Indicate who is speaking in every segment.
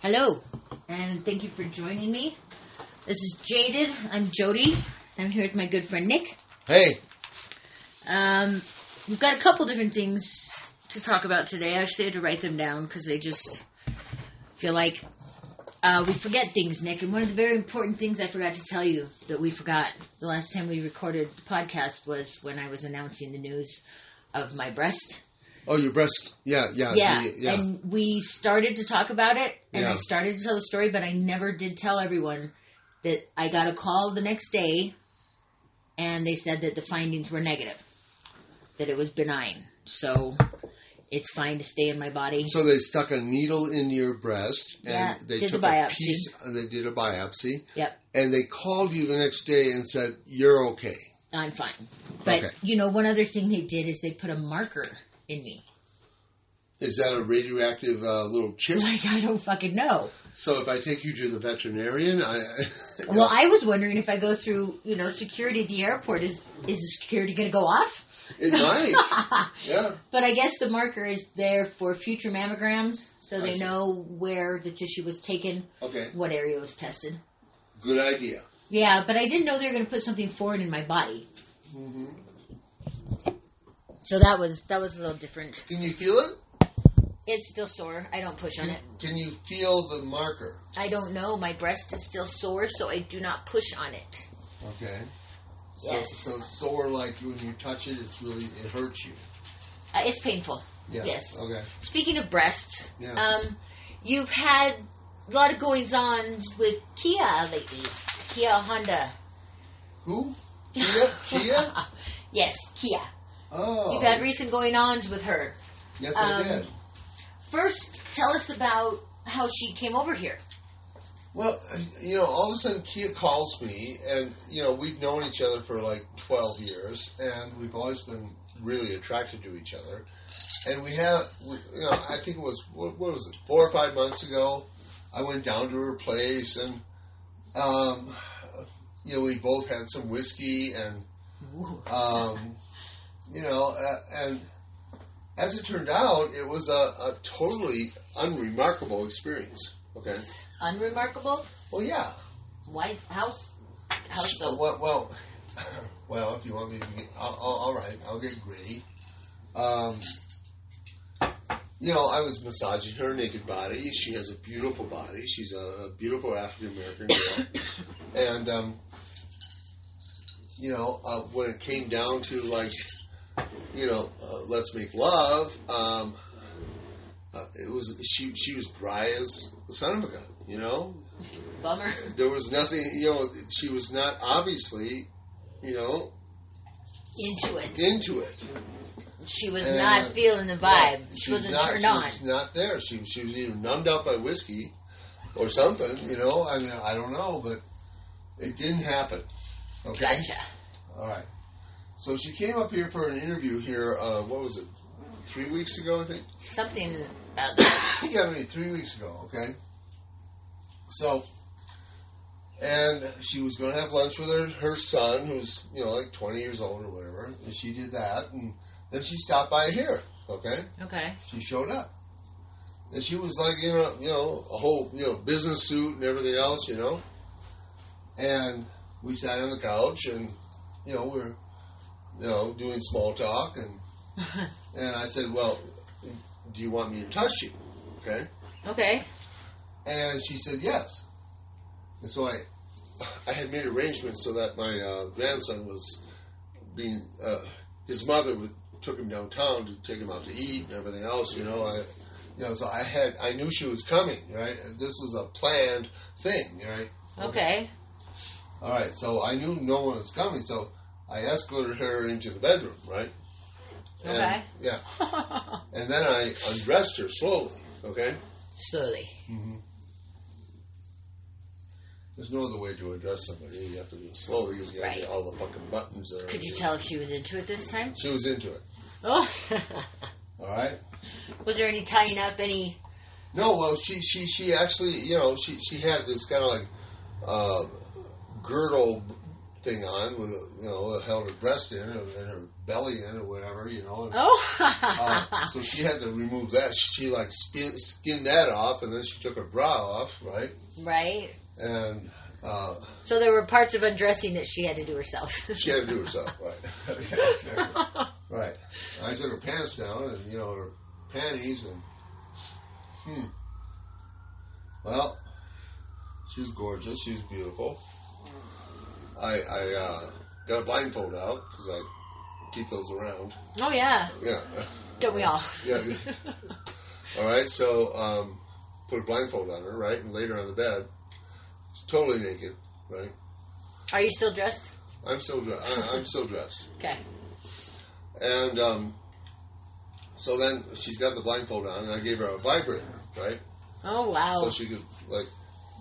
Speaker 1: Hello, and thank you for joining me. This is Jaded. I'm Jody. I'm here with my good friend Nick.
Speaker 2: Hey,
Speaker 1: Um, we've got a couple different things to talk about today. I actually had to write them down because they just feel like uh, we forget things, Nick. And one of the very important things I forgot to tell you that we forgot the last time we recorded the podcast was when I was announcing the news of my breast.
Speaker 2: oh, your breast? Yeah, yeah,
Speaker 1: yeah,
Speaker 2: the- yeah.
Speaker 1: And we started to talk about it, and I
Speaker 2: Yeah.
Speaker 1: started to tell the story, but I never did tell everyone that I got a call the next day, and they said that the findings were negative, that it was benign. So it's fine to stay in my body.
Speaker 2: so they stuck a needle in your breast, and
Speaker 1: Yeah,
Speaker 2: they
Speaker 1: did the
Speaker 2: took a
Speaker 1: biopsy.
Speaker 2: piece. And they did a biopsy,
Speaker 1: Yep,
Speaker 2: and they called you the next day and said you're okay.
Speaker 1: I'm fine. But
Speaker 2: Okay.
Speaker 1: you know, one other thing they did is they put a marker in me.
Speaker 2: Is that a radioactive uh, little chip?
Speaker 1: Like I don't fucking know.
Speaker 2: So if I take you to the veterinarian, I
Speaker 1: Well, I was wondering if I go through, you know, security at the airport, is is the security going to go off?
Speaker 2: it might. Yeah,
Speaker 1: But I guess the marker is there for future mammograms, so
Speaker 2: I
Speaker 1: they
Speaker 2: see.
Speaker 1: know where the tissue was taken,
Speaker 2: okay,
Speaker 1: what area was tested.
Speaker 2: good idea.
Speaker 1: Yeah, but I didn't know they were going to put something foreign in my body,
Speaker 2: hmm
Speaker 1: so that was that was a little different.
Speaker 2: Can you feel it?
Speaker 1: It's still sore. I don't push on it.
Speaker 2: Can you feel the marker?
Speaker 1: I don't know. My breast is still sore, so I do not push on it.
Speaker 2: Okay. So,
Speaker 1: Yes.
Speaker 2: So sore, like when you touch it, it's really it hurts you.
Speaker 1: Uh, it's painful.
Speaker 2: Yeah.
Speaker 1: Yes.
Speaker 2: Okay.
Speaker 1: Speaking of breasts,
Speaker 2: Yeah.
Speaker 1: um, you've had a lot of goings on with Kia lately. Kia Honda.
Speaker 2: Who? Kia? Kia?
Speaker 1: yes, Kia.
Speaker 2: Oh.
Speaker 1: You've had recent going ons with her.
Speaker 2: Yes,
Speaker 1: um,
Speaker 2: I did.
Speaker 1: First, tell us about how she came over here.
Speaker 2: Well, you know, all of a sudden Kia calls me, and, you know, we've known each other for like 12 years, and we've always been really attracted to each other. And we have, we, you know, I think it was, what, what was it, four or five months ago, I went down to her place, and, um, you know, we both had some whiskey, and um, you know, uh, and as it turned out, it was a, a totally unremarkable experience. Okay.
Speaker 1: Unremarkable?
Speaker 2: Well, yeah.
Speaker 1: Wife, house? House
Speaker 2: Uh,
Speaker 1: so?
Speaker 2: Well, well, well, if you want me to get, I'll, I'll, all right, I'll get gritty. Um, you know, I was massaging her naked body. She has a beautiful body. She's a, a beautiful African American girl. and, um, you know, uh, when it came down to, like, you know, uh, let's make love, um, uh, it was, she, she was dry as the son of a gun, you know?
Speaker 1: Bummer.
Speaker 2: there was nothing, you know, she was not obviously, you know,
Speaker 1: Into it.
Speaker 2: into it.
Speaker 1: She was
Speaker 2: Uh,
Speaker 1: not feeling the vibe.
Speaker 2: No,
Speaker 1: she, wasn't
Speaker 2: not,
Speaker 1: turned
Speaker 2: she
Speaker 1: on.
Speaker 2: was not there. She, she was either numbed out by whiskey or something, you know. I mean, I don't know, but it didn't happen. Okay?
Speaker 1: Gotcha.
Speaker 2: All right. So she came up here for an interview here, uh, what was it, three weeks ago, I think?
Speaker 1: Something about that.
Speaker 2: He got me three weeks ago, okay? So, and she was going to have lunch with her, her son, who's, you know, like 20 years old or whatever. And she did that. And then she stopped by here, okay?
Speaker 1: Okay.
Speaker 2: She showed up. And she was like, you know, you know, a whole, you know, business suit and everything else, you know? And we sat on the couch and, you know, we were, you know, doing small talk. And, and I said, well, do you want me to touch you? Okay?
Speaker 1: okay.
Speaker 2: And she said yes. And so I, I had made arrangements so that my uh, grandson was being, uh, his mother would, took him downtown to take him out to eat and everything else. You know, I, you know, so I had, I knew she was coming. Right, this was a planned thing. Right.
Speaker 1: Okay.
Speaker 2: All right, so I knew no one was coming, so I escorted her into the bedroom. Right. And-
Speaker 1: Okay.
Speaker 2: Yeah, and then I undressed her slowly. Okay.
Speaker 1: Slowly.
Speaker 2: hmm There's no other way to address somebody. You have to do it slowly. You got to
Speaker 1: Right.
Speaker 2: get all the fucking buttons there.
Speaker 1: Could you tell if she was into it this time?
Speaker 2: She was into it.
Speaker 1: Oh.
Speaker 2: All right.
Speaker 1: was there any tying up, any.
Speaker 2: No, well, she she she actually, you know, she she had this kind of like uh, girdle thing on with you know held her breast in and her belly in or whatever you know. And,
Speaker 1: Oh.
Speaker 2: uh, so she had to remove that. She like skin, skinned that off, and then she took her bra off, right?
Speaker 1: right.
Speaker 2: And uh,
Speaker 1: So there were parts of undressing that she had to do herself.
Speaker 2: she had to do herself, right? Yeah, exactly. Right. I took her pants down and, you know, her panties and. Hmm. Well, she's gorgeous. She's beautiful. I, I uh, got a blindfold out because I keep those around.
Speaker 1: oh yeah,
Speaker 2: Yeah.
Speaker 1: don't we all?
Speaker 2: Yeah. All right. So, um, put a blindfold on her, right? And laid her on the bed. She's totally naked, right?
Speaker 1: Are you still dressed?
Speaker 2: I'm still, dre- I, I'm still dressed.
Speaker 1: Okay.
Speaker 2: And um, so then she's got the blindfold on, and I gave her a vibrator, right?
Speaker 1: Oh wow.
Speaker 2: So she could like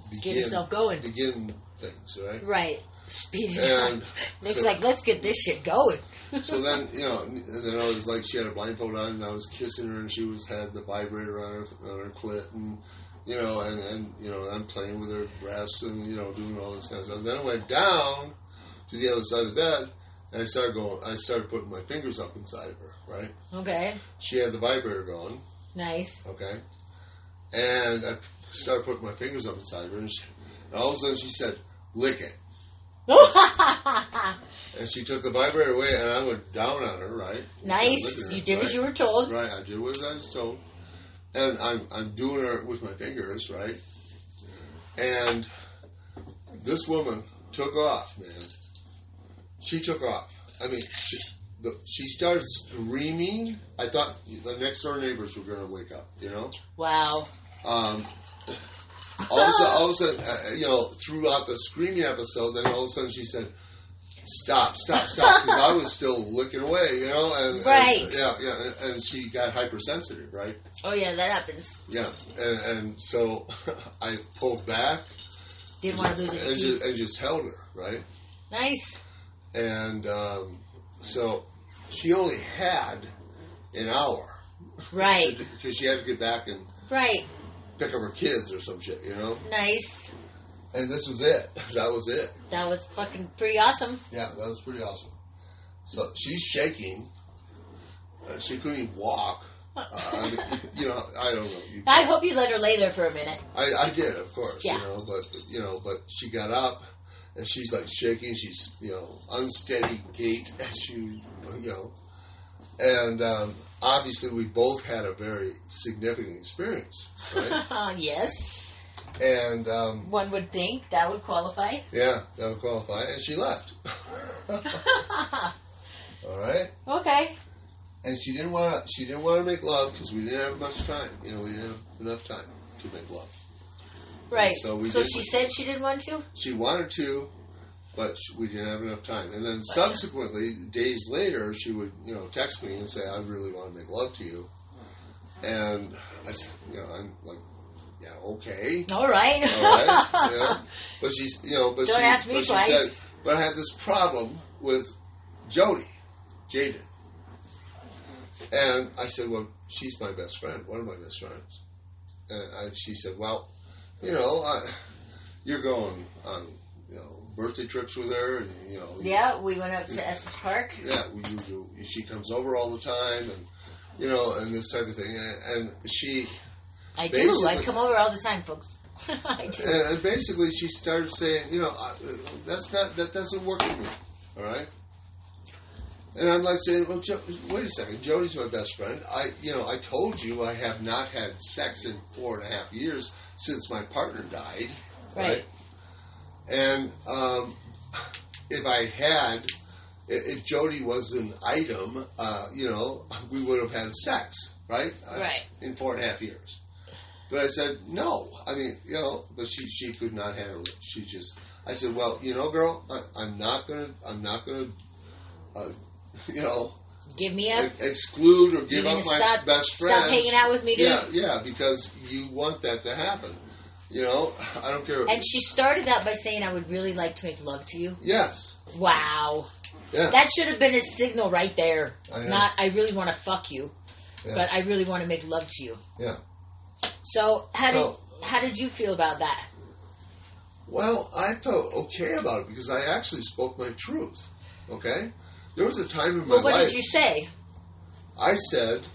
Speaker 1: Get
Speaker 2: begin
Speaker 1: yourself going.
Speaker 2: begin things, right?
Speaker 1: Right. Speed it up.
Speaker 2: And
Speaker 1: Nick's
Speaker 2: so-
Speaker 1: like, let's get this shit going.
Speaker 2: So then you know, and then I was like, she had a blindfold on, and I was kissing her, and she was had the vibrator on her on her clit, and you know, and and you know, I'm playing with her breasts, and you know, doing all this kind of stuff. Then I went down to the other side of the bed, and I started going, I started putting my fingers up inside of her, right?
Speaker 1: Okay.
Speaker 2: She had the vibrator going.
Speaker 1: Nice.
Speaker 2: Okay. And I started putting my fingers up inside her, and, she, and all of a sudden she said, "Lick it." And she took the vibrator away, and I went down on her, right?
Speaker 1: nice. You did
Speaker 2: right?
Speaker 1: as you were told.
Speaker 2: Right, I did what I was told, and I'm I'm doing her with my fingers, right? And this woman took off, man. She took off. I mean, she, the, she started screaming. I thought the next door neighbors were going to wake up, you know.
Speaker 1: Wow.
Speaker 2: Um, all of a sudden, all of a sudden uh, you know, throughout the screaming episode, then all of a sudden she said, "Stop, stop, stop!" Because I was still looking away, you know, and and-
Speaker 1: Right.
Speaker 2: yeah, yeah, and- and she got hypersensitive, right?
Speaker 1: Oh yeah, that happens.
Speaker 2: Yeah, and, and so I pulled back
Speaker 1: Didn't want to lose any
Speaker 2: and
Speaker 1: teeth.
Speaker 2: just, and just held her, right?
Speaker 1: Nice.
Speaker 2: And um, so she only had an hour
Speaker 1: Right.
Speaker 2: because she had to get back and
Speaker 1: Right.
Speaker 2: pick up her kids or some shit, you know.
Speaker 1: Nice.
Speaker 2: And this was it. That was it.
Speaker 1: That was fucking pretty awesome.
Speaker 2: Yeah, that was pretty awesome. So she's shaking. Uh, she couldn't even walk. Uh, I mean, you know, I don't know. You,
Speaker 1: I hope you let her lay there for a minute.
Speaker 2: I, I did, of course.
Speaker 1: Yeah.
Speaker 2: You know, but you know, but she got up and she's like shaking. She's you know unsteady gait as she you know, and um, obviously we both had a very significant experience, right?
Speaker 1: yes.
Speaker 2: and um,
Speaker 1: One would think that would qualify.
Speaker 2: yeah, that would qualify. And she left. All right.
Speaker 1: okay.
Speaker 2: and she didn't want to, she didn't want to make love because we didn't have much time. You know, we didn't have enough time to make love.
Speaker 1: Right.
Speaker 2: So
Speaker 1: So,
Speaker 2: we did-
Speaker 1: she said she didn't want to?
Speaker 2: She wanted to, but sh we didn't have enough time. And then subsequently, days later, she would you know text me and say, "I really want to make love to you," and I said, you know, I'm like, "Yeah, okay."
Speaker 1: All right.
Speaker 2: All right, yeah. But she's, you know, but
Speaker 1: Don't
Speaker 2: she,
Speaker 1: ask me
Speaker 2: but she
Speaker 1: twice.
Speaker 2: said, but I have this problem with Jody, Jaden. And I said, well, she's my best friend, one of my best friends. And I, she said, well, you know, I, you're going on, you know, birthday trips with her, and you know,
Speaker 1: yeah, we went up to Estes Park.
Speaker 2: yeah, we do, do- she comes over all the time, and you know, and this type of thing. And, and she,
Speaker 1: I do. I
Speaker 2: Basically-
Speaker 1: come over all the time, folks. I do.
Speaker 2: and, and Uh, basically, she started saying, you know, I- that's not that doesn't work for me. All right. And I'm like saying, well, jo- wait a second. Jody's my best friend. I, you know, I told you I have not had sex in four and a half years since my partner died.
Speaker 1: Right.
Speaker 2: And um, if I had, i- if Jody was an item, uh, you know, we would have had sex, right? Uh, I-
Speaker 1: Right.
Speaker 2: in four and a half years. But I said, no. I mean, you know, but she she could not handle it. She just, I said, well, you know, girl, I, I'm not gonna, I'm not gonna, uh, you know,
Speaker 1: Give me up.
Speaker 2: ex- exclude or
Speaker 1: You're
Speaker 2: give
Speaker 1: gonna
Speaker 2: up my
Speaker 1: stop,
Speaker 2: best friend.
Speaker 1: stop hanging out with me, dude.
Speaker 2: Yeah, yeah, because you want that to happen. You know, I don't care.
Speaker 1: And she started out by saying, I would really like to make love to you.
Speaker 2: yes,
Speaker 1: Wow.
Speaker 2: Yeah.
Speaker 1: That should have been a signal right there.
Speaker 2: I know.
Speaker 1: Not, I really want to fuck you,
Speaker 2: Yeah.
Speaker 1: but I really want to make love to you.
Speaker 2: Yeah.
Speaker 1: So how did
Speaker 2: So-
Speaker 1: how did you feel about that?
Speaker 2: Well, I felt okay about it because I actually spoke my truth. Okay? There was a time in my
Speaker 1: Well, what
Speaker 2: life
Speaker 1: did you say?
Speaker 2: I said,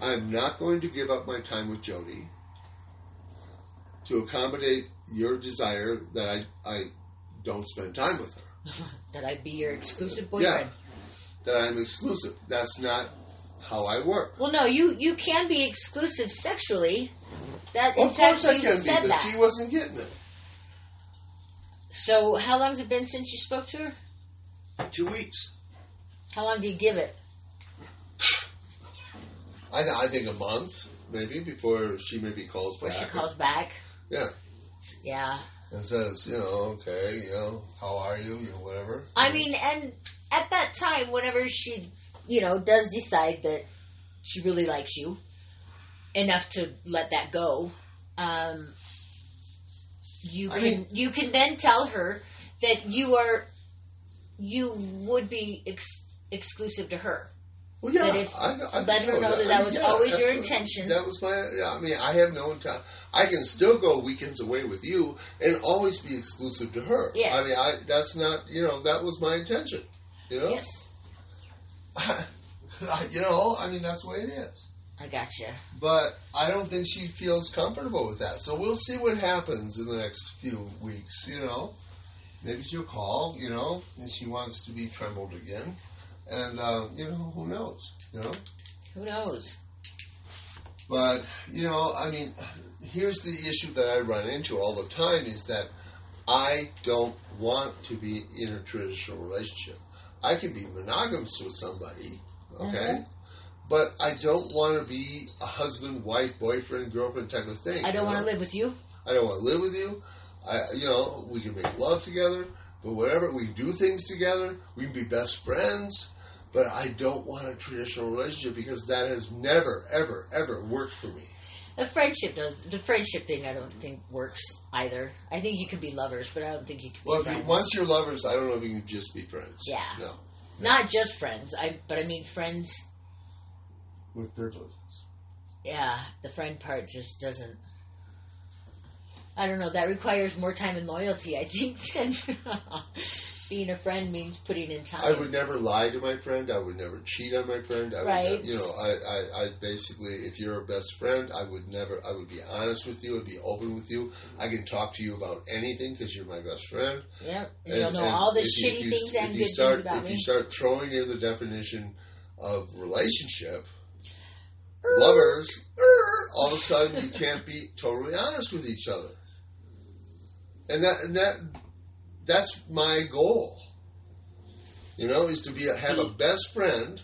Speaker 2: I'm not going to give up my time with Jody to accommodate your desire that I, I don't spend time with her,
Speaker 1: that I'd be your exclusive
Speaker 2: Yeah.
Speaker 1: boyfriend.
Speaker 2: that I'm exclusive. That's not how I work.
Speaker 1: Well, no, you you can be exclusive sexually. That in
Speaker 2: of
Speaker 1: fact
Speaker 2: course I
Speaker 1: you
Speaker 2: can be,
Speaker 1: said
Speaker 2: but
Speaker 1: that.
Speaker 2: she wasn't getting it.
Speaker 1: So how long's it been since you spoke to her?
Speaker 2: Two weeks.
Speaker 1: How long do you give it?
Speaker 2: I, I think a month, maybe, before she maybe calls
Speaker 1: Where
Speaker 2: back.
Speaker 1: she calls back?
Speaker 2: Uh, Yeah.
Speaker 1: Yeah.
Speaker 2: and says, you know, okay, you know, how are you, you know, whatever.
Speaker 1: I mean, and at that time, whenever she, you know, does decide that she really likes you enough to let that go, um, you
Speaker 2: I
Speaker 1: can
Speaker 2: mean-
Speaker 1: you can then tell her that you are you would be ex- exclusive to her.
Speaker 2: Well, yeah,
Speaker 1: That if-
Speaker 2: I, I
Speaker 1: let her know that that was always your intention.
Speaker 2: That was my. Yeah, I mean, I have no intent. I can still go weekends away with you and always be exclusive to her.
Speaker 1: Yes.
Speaker 2: I mean, I, that's not. You know, that was my intention. You know.
Speaker 1: Yes,
Speaker 2: you know, I mean, that's the way it is.
Speaker 1: I gotcha.
Speaker 2: But I don't think she feels comfortable with that. So we'll see what happens in the next few weeks. You know, maybe she'll call. You know, and she wants to be trembled again. And uh, you know, who knows? You know.
Speaker 1: Who knows?
Speaker 2: But you know, I mean, here's the issue that I run into all the time is that I don't want to be in a traditional relationship. I can be monogamous with somebody, okay,
Speaker 1: Mhm.
Speaker 2: but I don't want to be a husband, wife, boyfriend, girlfriend type of thing.
Speaker 1: I don't
Speaker 2: you
Speaker 1: want
Speaker 2: know?
Speaker 1: to live with you.
Speaker 2: I don't want to live with you. I, you know, we can make love together, but whatever, we can do things together. We can be best friends, but I don't want a traditional relationship because that has never, ever, ever worked for me.
Speaker 1: The friendship does the friendship thing. I don't think works either. I think you could be lovers, but I don't think you could.
Speaker 2: Well,
Speaker 1: be
Speaker 2: if you,
Speaker 1: friends.
Speaker 2: once you're lovers, I don't know if you can just be friends.
Speaker 1: Yeah.
Speaker 2: No,
Speaker 1: Not just friends, I but I mean friends.
Speaker 2: with privileges.
Speaker 1: Yeah, the friend part just doesn't. I don't know. That requires more time and loyalty, I think. Than being a friend means putting in time.
Speaker 2: I would never lie to my friend. I would never cheat on my friend. I Would
Speaker 1: Right.
Speaker 2: never, you know, I, I, I basically, if you're a best friend, I would never. I would be honest with you. I'd be open with you. I can talk to you about anything because you're my best friend.
Speaker 1: yeah,
Speaker 2: And-
Speaker 1: you'll know
Speaker 2: and
Speaker 1: all the
Speaker 2: if you-
Speaker 1: shitty
Speaker 2: if you-
Speaker 1: things
Speaker 2: if
Speaker 1: and
Speaker 2: you
Speaker 1: good
Speaker 2: start,
Speaker 1: things about
Speaker 2: If
Speaker 1: me.
Speaker 2: you start throwing in the definition of relationship, lovers, all of a sudden you can't be totally honest with each other, and that and that that's my goal. You know, is to be a, have a best friend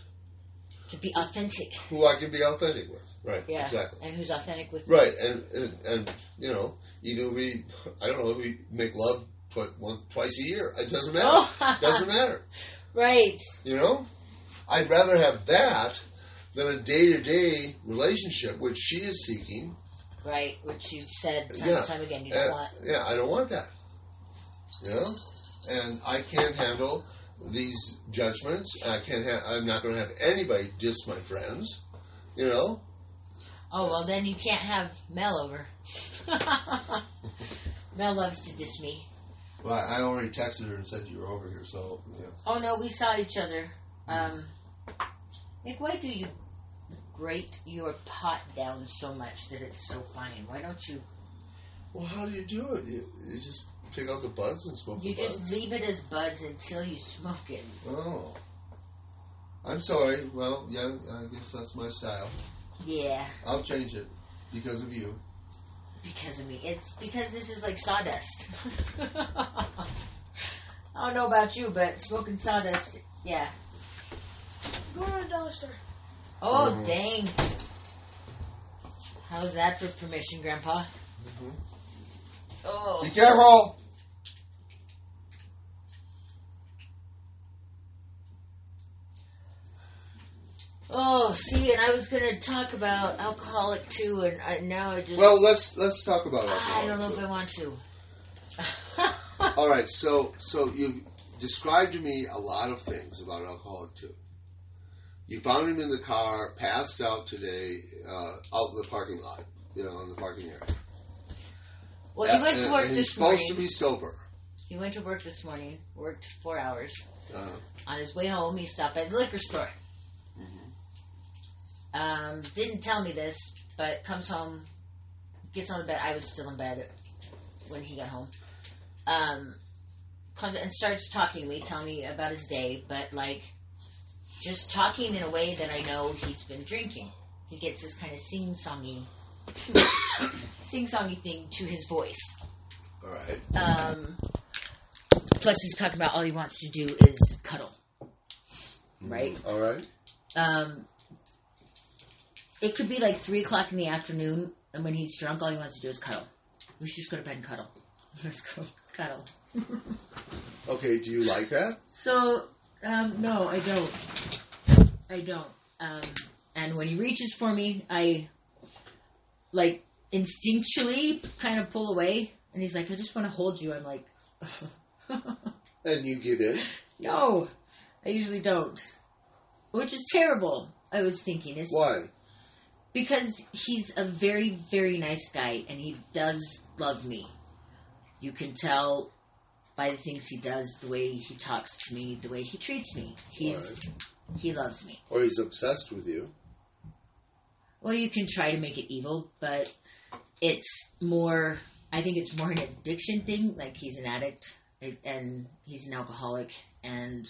Speaker 1: to be authentic,
Speaker 2: who I can be authentic with. Right.
Speaker 1: Yeah.
Speaker 2: Exactly.
Speaker 1: and who's authentic with
Speaker 2: Right, and, and and you know, either we, I don't know, we make love tw- one twice a year. It doesn't matter.
Speaker 1: Oh,
Speaker 2: Doesn't matter.
Speaker 1: right?
Speaker 2: You know? I'd rather have that than a day to day relationship, which she is seeking.
Speaker 1: Right, which you've said time
Speaker 2: Yeah.
Speaker 1: and time again. You
Speaker 2: And-
Speaker 1: don't want.
Speaker 2: yeah, I don't want that. You know? And I can't handle these judgments. I can't ha- I'm not going to have anybody diss my friends. You know?
Speaker 1: Oh well, then you can't have Mel over. Mel loves to diss me.
Speaker 2: Well, I already texted her and said you were over here, so, yeah.
Speaker 1: Oh no, we saw each other. Um, Nick, why do you grate your pot down so much that it's so fine? Why don't you
Speaker 2: Well, how do you do it? You, you just pick out the buds and smoke
Speaker 1: you
Speaker 2: the
Speaker 1: just
Speaker 2: buds?
Speaker 1: leave it as buds until you smoke it?
Speaker 2: Oh. I'm sorry. Well, yeah, I guess that's my style.
Speaker 1: Yeah,
Speaker 2: I'll change it because of you.
Speaker 1: because of me. It's because this is like sawdust. I don't know about you, but smoking sawdust, yeah.
Speaker 3: Going to the dollar store.
Speaker 1: Oh
Speaker 2: Mhm.
Speaker 1: dang! How's that for permission, Grandpa? Oh,
Speaker 2: Be careful.
Speaker 1: oh. See, and I was gonna talk about alcoholic too, and I, now I just
Speaker 2: Well, let's let's talk about alcohol.
Speaker 1: I don't know if I want to.
Speaker 2: All right, so so you described to me a lot of things about alcoholic too. You found him in the car, passed out today, uh, out in the parking lot, you know, in the parking area.
Speaker 1: Well, he went to
Speaker 4: and-
Speaker 1: work
Speaker 4: and he's
Speaker 1: this
Speaker 4: supposed
Speaker 1: morning.
Speaker 4: to be sober.
Speaker 1: He went to work this morning. Worked four hours.
Speaker 4: Uh,
Speaker 1: On his way home, he stopped at the liquor store.
Speaker 4: mhm.
Speaker 1: Um, didn't tell me this, but comes home, gets on the bed. I was still in bed when he got home. Um, comes and starts talking to me, telling me about his day, but like just talking in a way that I know he's been drinking. He gets this kind of sing songy, sing songy thing to his voice.
Speaker 4: All right.
Speaker 1: Um, plus, he's talking about all he wants to do is cuddle. Mm-hmm. Right.
Speaker 4: All right.
Speaker 1: Um, it could be like three o'clock in the afternoon, and when he's drunk, all he wants to do is cuddle. We should just go to bed and cuddle. Let's go cuddle.
Speaker 4: Okay. Do you like that?
Speaker 1: So, um, no, I don't. I don't. Um, and when he reaches for me, I like instinctually kind of pull away, and he's like, "I just want to hold you." I'm like,
Speaker 4: And you give in.
Speaker 1: "No, I usually don't," which is terrible. I was thinking, it's
Speaker 4: Why?
Speaker 1: Because he's a very, very nice guy and he does love me. You can tell by the things he does, the way he talks to me, the way he treats me. He's he loves me.
Speaker 4: Or he's obsessed with you.
Speaker 1: Well, you can try to make it evil, but it's more I think it's more an addiction thing, like he's an addict and- and he's an alcoholic and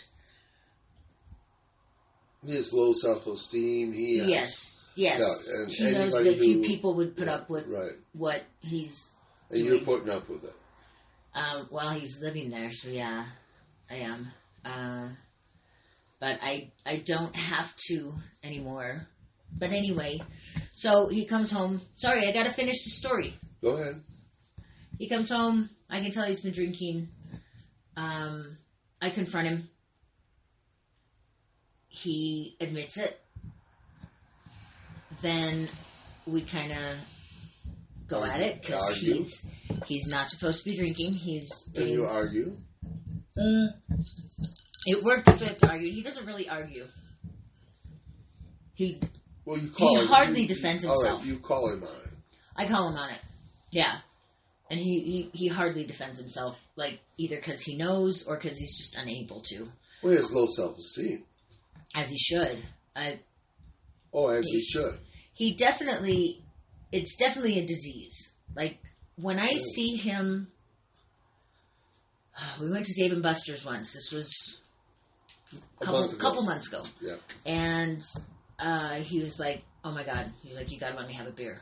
Speaker 4: He has low self-esteem. He has-
Speaker 1: yes, yes.
Speaker 4: No, and
Speaker 1: he knows
Speaker 4: anybody
Speaker 1: that few
Speaker 4: who-
Speaker 1: people would put up with
Speaker 4: Right.
Speaker 1: what he's
Speaker 4: And
Speaker 1: Doing-
Speaker 4: you're putting up with it.
Speaker 1: Um, well, he's living there, so yeah, I am. Uh, but I I don't have to anymore. But anyway, so he comes home. Sorry, I gotta finish the story.
Speaker 4: Go ahead.
Speaker 1: He comes home. I can tell he's been drinking. Um, I confront him. He admits it. Then we kind of go at it because
Speaker 4: Argue.
Speaker 1: he's he's not supposed to be drinking. He's
Speaker 4: And
Speaker 1: being-
Speaker 4: you argue.
Speaker 1: It worked if we have to argue. He doesn't really argue. He,
Speaker 4: Well, you call.
Speaker 1: He
Speaker 4: him-
Speaker 1: hardly
Speaker 4: you- you-
Speaker 1: defends
Speaker 4: all right,
Speaker 1: himself.
Speaker 4: you call him on it.
Speaker 1: I call him on it. Yeah, and he he, he hardly defends himself, like either because he knows or because he's just unable to,
Speaker 4: Well, he has low self-esteem.
Speaker 1: as he should. I
Speaker 4: Oh, as he
Speaker 1: Yes.
Speaker 4: should.
Speaker 1: he definitely, it's definitely a disease. Like when I
Speaker 4: Mm.
Speaker 1: see him, we went to Dave and Buster's once. This was
Speaker 4: A
Speaker 1: a couple
Speaker 4: month ago.
Speaker 1: couple months ago.
Speaker 4: Yeah.
Speaker 1: And uh, he was like, "Oh my god!" He's like, "You gotta let me have a beer."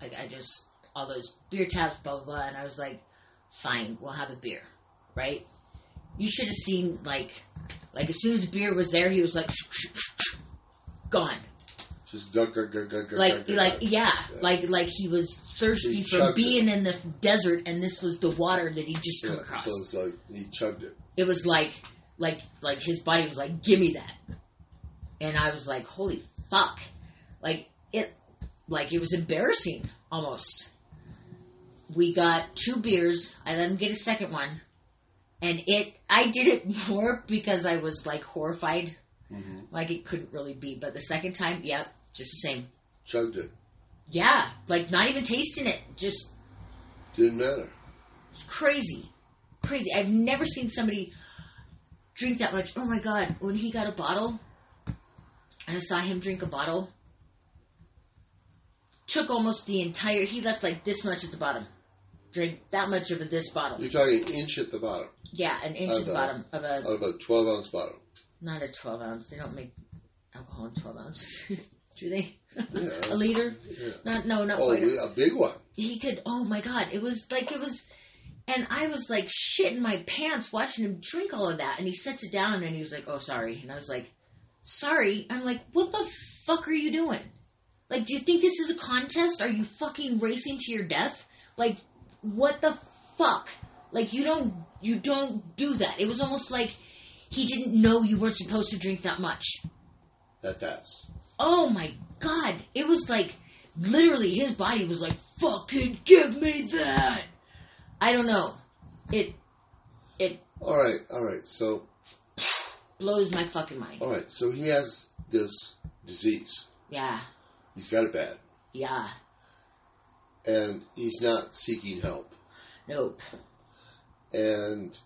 Speaker 1: Like I just all those beer taps, blah blah blah. And I was like, "Fine, we'll have a beer, right?" You should have seen like, like as soon as the beer was there, he was like, gone.
Speaker 4: Just duck, duck, duck, duck, duck,
Speaker 1: Like
Speaker 4: duck, duck,
Speaker 1: like
Speaker 4: duck.
Speaker 1: yeah, like like he was thirsty
Speaker 4: He
Speaker 1: for
Speaker 4: chugged it.
Speaker 1: being in the desert, and this was the water that he just come
Speaker 4: Yeah,
Speaker 1: across.
Speaker 4: so it's like he chugged it.
Speaker 1: It was like like like his body was like, "Give me that," and I was like, "Holy fuck!" Like it, like it was embarrassing almost. We got two beers. I let him get a second one, and it. I did it more because I was like horrified,
Speaker 4: Mm-hmm.
Speaker 1: like it couldn't really be. But the second time, yep, just the same.
Speaker 4: Chugged it.
Speaker 1: Yeah, like not even tasting it, just
Speaker 4: Didn't matter.
Speaker 1: It's crazy, crazy. I've never seen somebody drink that much. Oh my god! When he got a bottle, and I saw him drink a bottle, took almost the entire. He left like this much at the bottom. Drank that much of this bottle.
Speaker 4: You're talking an inch at the bottom,
Speaker 1: Yeah, an inch at the
Speaker 4: Of a-
Speaker 1: bottom of a
Speaker 4: out of a 12 ounce bottle.
Speaker 1: not a twelve ounce. They don't make alcohol in twelve ounces, do they?
Speaker 4: Yeah.
Speaker 1: a liter?
Speaker 4: Yeah.
Speaker 1: Not no, not
Speaker 4: Oh,
Speaker 1: quite. a-
Speaker 4: a big one.
Speaker 1: he could oh my god it was like it was and i was like shit in my pants watching him drink all of that and he sets it down and he was like oh sorry and i was like sorry i'm like what the fuck are you doing like do you think this is a contest are you fucking racing to your death like what the fuck like you don't you don't do that it was almost like he didn't know you weren't supposed to drink that much
Speaker 4: That taps.
Speaker 1: oh my god it was like literally his body was like fucking give me that i don't know it
Speaker 4: All right, all right. So,
Speaker 1: blows my fucking mind
Speaker 4: all right. So he has this disease.
Speaker 1: yeah
Speaker 4: He's got it bad,
Speaker 1: yeah
Speaker 4: and he's not seeking help.
Speaker 1: Nope.
Speaker 2: and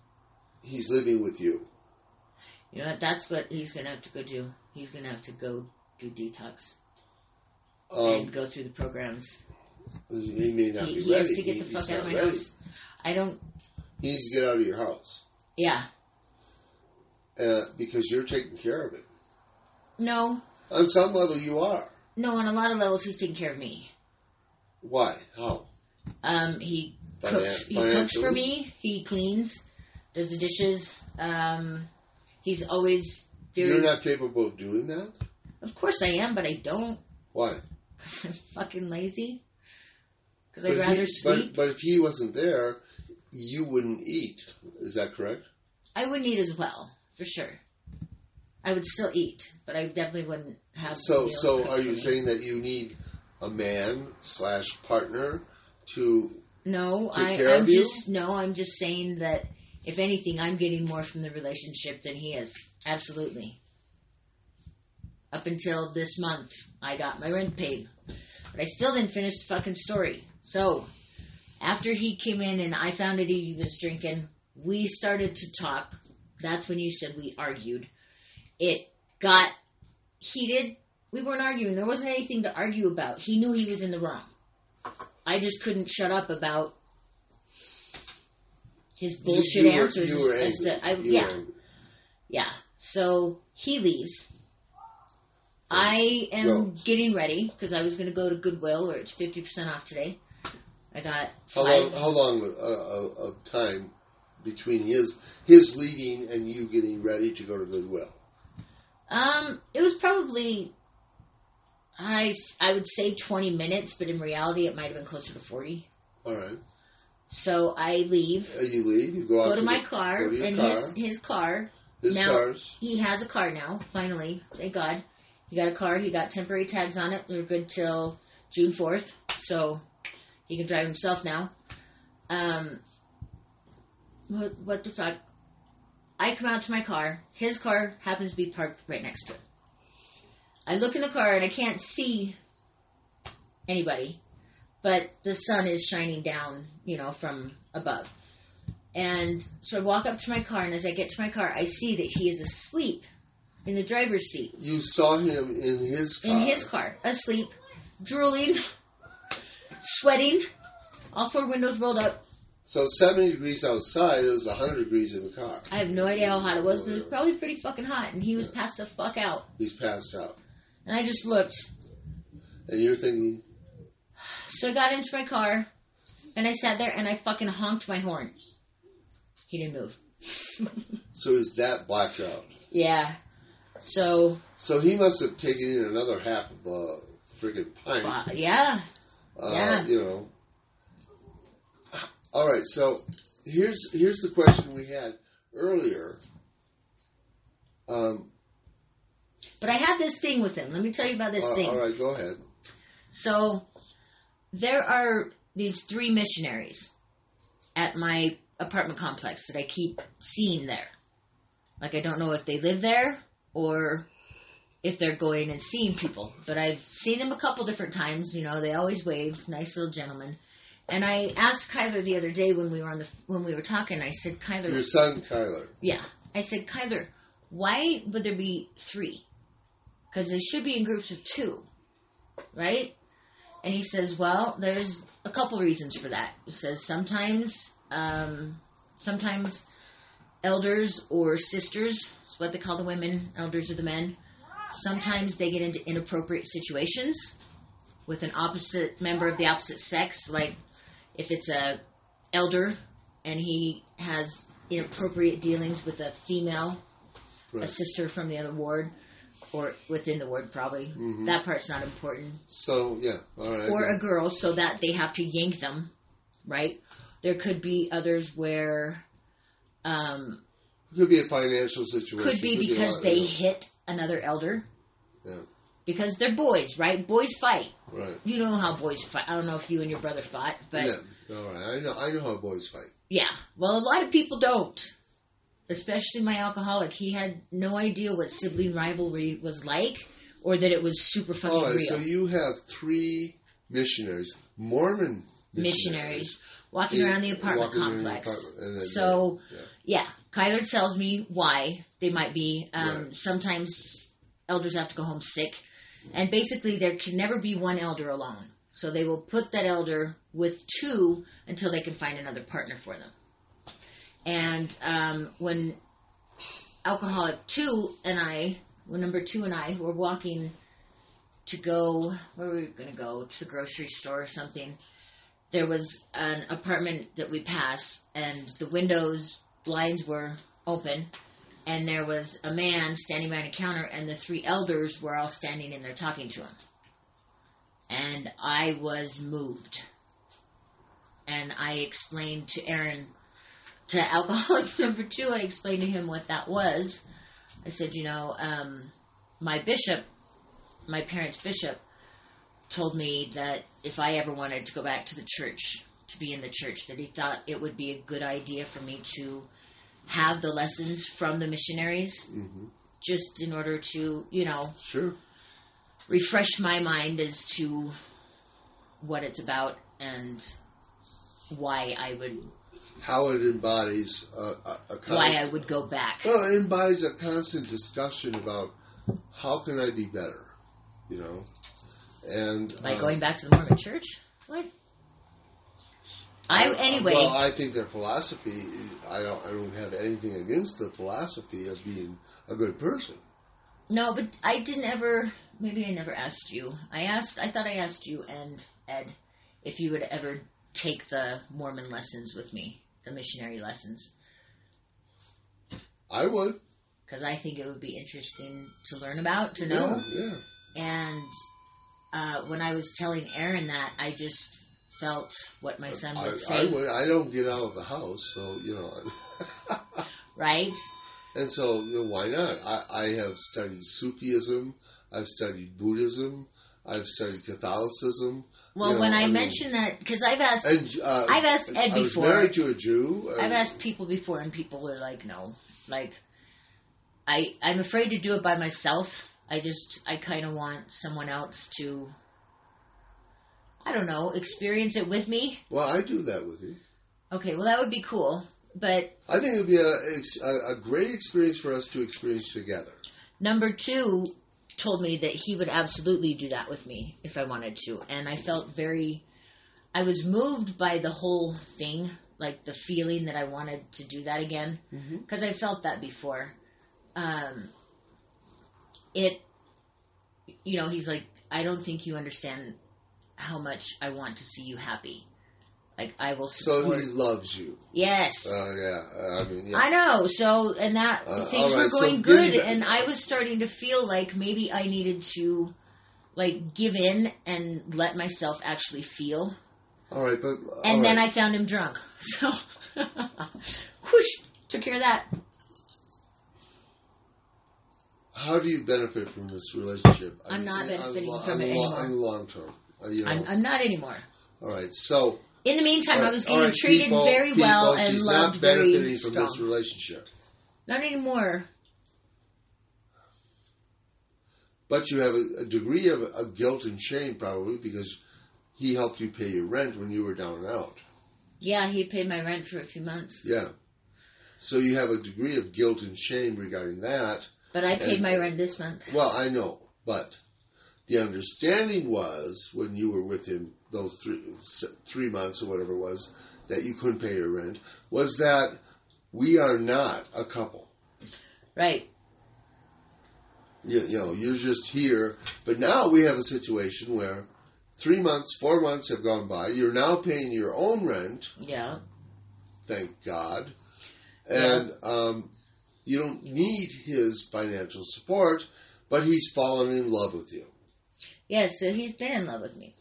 Speaker 2: he's living with you.
Speaker 1: You know what? That's what he's gonna have to go do. He's gonna have to go do detox and
Speaker 2: Um,
Speaker 1: go through the programs.
Speaker 2: he may not
Speaker 1: He,
Speaker 2: be
Speaker 1: he
Speaker 2: ready.
Speaker 1: has to get the
Speaker 2: He-
Speaker 1: fuck
Speaker 2: he's
Speaker 1: out of
Speaker 2: not
Speaker 1: my
Speaker 2: ready.
Speaker 1: house. I don't.
Speaker 2: He needs to get out of your house
Speaker 1: Yeah.
Speaker 2: uh, because you're taking care of it.
Speaker 1: No.
Speaker 2: On some level, you are.
Speaker 1: No. On a lot of levels, he's taking care of me.
Speaker 2: Why? How?
Speaker 1: Um, he
Speaker 2: Finan-
Speaker 1: cooks. He cooks for
Speaker 2: financially?
Speaker 1: me. He cleans, does the dishes. Um, he's always very.
Speaker 2: You're not capable of doing that.
Speaker 1: of course I am, but I don't
Speaker 2: Why?
Speaker 1: because I'm fucking lazy. Because
Speaker 2: But
Speaker 1: I'd
Speaker 2: if
Speaker 1: rather
Speaker 2: he- but-
Speaker 1: sleep.
Speaker 2: But, if he wasn't there, you wouldn't eat. Is that correct?
Speaker 1: I wouldn't eat as well, for sure. I would still eat, but I definitely wouldn't have.
Speaker 2: So,
Speaker 1: meals
Speaker 2: so
Speaker 1: cooked
Speaker 2: are
Speaker 1: for
Speaker 2: you
Speaker 1: me.
Speaker 2: saying that you need a man slash partner to?
Speaker 1: No,
Speaker 2: Take
Speaker 1: I,
Speaker 2: care
Speaker 1: I'm
Speaker 2: of you?
Speaker 1: just no. I'm just saying that if anything, I'm getting more from the relationship than he is. Absolutely. Up until this month, I got my rent paid, but I still didn't finish the fucking story. So, after he came in and I found out he was drinking, we started to talk. That's when you said we argued. It got heated. We weren't arguing. There wasn't anything to argue about. He knew he was in the wrong. I just couldn't shut up about his bullshit
Speaker 2: you were-
Speaker 1: answers.
Speaker 2: you were
Speaker 1: as to-
Speaker 2: angry.
Speaker 1: I,
Speaker 2: You were
Speaker 1: yeah,
Speaker 2: angry.
Speaker 1: yeah. So he leaves. I am
Speaker 2: No.
Speaker 1: getting ready because I was going to go to Goodwill where it's fifty percent off today. I got
Speaker 2: How
Speaker 1: five.
Speaker 2: long? How long uh, of of time between his his leaving and you getting ready to go to Goodwill?
Speaker 1: Um, it was probably I s- I would say twenty minutes, but in reality, it might have been closer to forty.
Speaker 2: All right.
Speaker 1: So I leave,
Speaker 2: Uh, You leave. You go out
Speaker 1: go to
Speaker 2: the-
Speaker 1: my car,
Speaker 2: go to your
Speaker 1: and
Speaker 2: car.
Speaker 1: his his car.
Speaker 2: His
Speaker 1: now-
Speaker 2: cars.
Speaker 1: He has a car now. Finally, thank God, he got a car. He got temporary tags on it. They're good till June fourth, so he can drive himself now. Um, what what the fuck? I come out to my car. His car happens to be parked right next to it. I look in the car and I can't see anybody, but the sun is shining down, you know, from above. And so I walk up to my car, and as I get to my car, I see that he is asleep in the driver's seat,
Speaker 2: You saw him in his car.
Speaker 1: in his car, asleep, drooling, sweating, all four windows rolled up.
Speaker 2: So seventy degrees outside it was hundred degrees in the car.
Speaker 1: I have no idea how hot it was, but it was probably pretty fucking hot, and he was passed the fuck out.
Speaker 2: He's passed out,
Speaker 1: And I just looked.
Speaker 2: and you're thinking,
Speaker 1: So I got into my car, and I sat there, and I fucking honked my horn. He didn't move.
Speaker 2: so is that blacked out?
Speaker 1: yeah. So
Speaker 2: So he must have taken in another half of a freaking pint.
Speaker 1: Wow, yeah.
Speaker 2: Uh,
Speaker 1: Yeah.
Speaker 2: You know. All right. So here's here's the question we had earlier. Um,
Speaker 1: But I had this thing with him. Let me tell you about this
Speaker 2: uh,
Speaker 1: thing.
Speaker 2: all right, go ahead.
Speaker 1: So there are these three missionaries at my apartment complex that I keep seeing there. Like I don't know if they live there or if they're going and seeing people, but I've seen them a couple different times. You know, they always wave, nice little gentlemen. And I asked Kyler the other day when we were on the when we were talking. I said, Kyler,
Speaker 2: Your son Kyler.
Speaker 1: Yeah. I said, Kyler, why would there be three? Because they should be in groups of two, right? And he says, well, there's a couple reasons for that. He says sometimes, um, sometimes elders or sisters, it's what they call the women, elders are the men, sometimes they get into inappropriate situations with an opposite member of the opposite sex, like if it's a elder and he has inappropriate dealings with a female, a
Speaker 2: Right.
Speaker 1: sister from the other ward, or within the ward probably.
Speaker 2: Mhm.
Speaker 1: That part's not important.
Speaker 2: So yeah. All right.
Speaker 1: Or a girl, so that they have to yank them, right? There could be others where um,
Speaker 2: could be a financial situation.
Speaker 1: could be
Speaker 2: a
Speaker 1: because
Speaker 2: lot,
Speaker 1: they
Speaker 2: you
Speaker 1: hit another elder.
Speaker 2: Yeah.
Speaker 1: Because they're boys, right? Boys fight.
Speaker 2: know. Right.
Speaker 1: You know how boys fight. I don't know if you and your brother fought, but
Speaker 2: yeah. All right. I know. I know how boys fight.
Speaker 1: Yeah. Well, a lot of people don't. Especially my alcoholic. He had no idea what sibling rivalry was like or that it was super
Speaker 2: Oh,
Speaker 1: fucking
Speaker 2: All right.
Speaker 1: real.
Speaker 2: So you have three missionaries, Mormon missionaries,
Speaker 1: Missionaries. walking around the apartment
Speaker 2: walking around the
Speaker 1: complex.
Speaker 2: apartment, and then-
Speaker 1: so,
Speaker 2: yeah.
Speaker 1: yeah. Kyler tells me why they might be. Um,
Speaker 2: Right.
Speaker 1: Sometimes elders have to go home sick, and basically there can never be one elder alone. So they will put that elder with two until they can find another partner for them. And um, when alcoholic two and I, well, number two and I, were walking to go where were we going to go to the grocery store or something. There was an apartment that we passed, and the windows blinds were open, and there was a man standing behind a counter, and the three elders were all standing in there talking to him. And I was moved, and I explained to Aaron, to alcoholic number two, I explained to him what that was. I said, you know, um, my bishop my parents' bishop told me that if I ever wanted to go back to the church, to be in the church, that he thought it would be a good idea for me to have the lessons from the missionaries
Speaker 2: hmm
Speaker 1: just in order to, you know,
Speaker 2: Sure.
Speaker 1: refresh my mind as to what it's about and why I would
Speaker 2: How it embodies a, a, a constant,
Speaker 1: why I would go back.
Speaker 2: well, it embodies a constant discussion about how can I be better, you know, and
Speaker 1: By
Speaker 2: um,
Speaker 1: going back to the Mormon church? What? I anyway
Speaker 2: Uh, Well, I think their philosophy. I don't. I don't have anything against the philosophy of being a good person.
Speaker 1: No, but I didn't ever. Maybe I never asked you. I asked. I thought I asked you and Ed if you would ever take the Mormon lessons with me, the missionary lessons,
Speaker 2: I would.
Speaker 1: because I think it would be interesting to learn about, to know.
Speaker 2: Yeah.
Speaker 1: And uh, when I was telling Aaron that, I just felt what my
Speaker 2: yeah.
Speaker 1: son
Speaker 2: I,
Speaker 1: would
Speaker 2: I
Speaker 1: say,
Speaker 2: would. I don't get out of the house, so you know.
Speaker 1: right?
Speaker 2: and so you know, why not? I, I have studied Sufism. I've studied Buddhism. I've studied Catholicism.
Speaker 1: Well,
Speaker 2: Yeah,
Speaker 1: when I,
Speaker 2: I mean-
Speaker 1: mentioned that, because I've asked,
Speaker 2: And uh,
Speaker 1: I've asked Ed
Speaker 2: I was
Speaker 1: before.
Speaker 2: married to a Jew. and-
Speaker 1: I've asked people before, and people are like, "No, like, I I'm afraid to do it by myself. I just I kind of want someone else to, I don't know, experience it with me.
Speaker 2: Well, I do that with you.
Speaker 1: Okay, well that would be cool, but
Speaker 2: I think it would be a, ex- a, a great experience for us to experience together.
Speaker 1: number two told me that he would absolutely do that with me if I wanted to, and I felt very, I was moved by the whole thing, like the feeling that I wanted to do that again.
Speaker 2: Mm-hmm.
Speaker 1: because I felt that before. Um, it, you know, he's like, I don't think you understand how much I want to see you happy. Like I will
Speaker 2: So
Speaker 1: support.
Speaker 2: he loves you.
Speaker 1: yes,
Speaker 2: Uh, yeah. Uh, I mean, yeah.
Speaker 1: I know. So and that
Speaker 2: Uh,
Speaker 1: things
Speaker 2: all
Speaker 1: were
Speaker 2: right, so
Speaker 1: going
Speaker 2: give
Speaker 1: good,
Speaker 2: me the-
Speaker 1: and I was starting to feel like maybe I needed to, like, give in and let myself actually feel.
Speaker 2: all right, but
Speaker 1: And then I found him drunk. So, whoosh, took care of that.
Speaker 2: I. How do you benefit from this relationship?
Speaker 1: I'm not
Speaker 2: on
Speaker 1: benefiting
Speaker 2: lo-
Speaker 1: from
Speaker 2: on
Speaker 1: it
Speaker 2: lo-
Speaker 1: anymore.
Speaker 2: On long term, uh, you know.
Speaker 1: I'm, I'm not anymore.
Speaker 2: all right, so
Speaker 1: In the meantime,
Speaker 2: all
Speaker 1: I
Speaker 2: right,
Speaker 1: was
Speaker 2: all
Speaker 1: getting
Speaker 2: right,
Speaker 1: treated
Speaker 2: people-
Speaker 1: very
Speaker 2: people,
Speaker 1: well and
Speaker 2: she's
Speaker 1: loved
Speaker 2: not benefiting
Speaker 1: very
Speaker 2: from
Speaker 1: strong.
Speaker 2: this relationship,
Speaker 1: Not anymore.
Speaker 2: but you have a, a degree of, of guilt and shame probably because he helped you pay your rent when you were down and out.
Speaker 1: Yeah, he paid my rent for a few months,
Speaker 2: Yeah. So you have a degree of guilt and shame regarding that,
Speaker 1: but I paid
Speaker 2: And-
Speaker 1: my rent this month.
Speaker 2: Well, I know, but the understanding was when you were with him those three s- three months or whatever it was that you couldn't pay your rent was that we are not a couple.
Speaker 1: Right.
Speaker 2: You, you know, you're just here. But now we have a situation where three months, four months have gone by. You're now paying your own rent,
Speaker 1: Yeah.
Speaker 2: thank God, and um, you don't need his financial support. But he's fallen in love with you.
Speaker 1: Yeah. So he's been in love with me.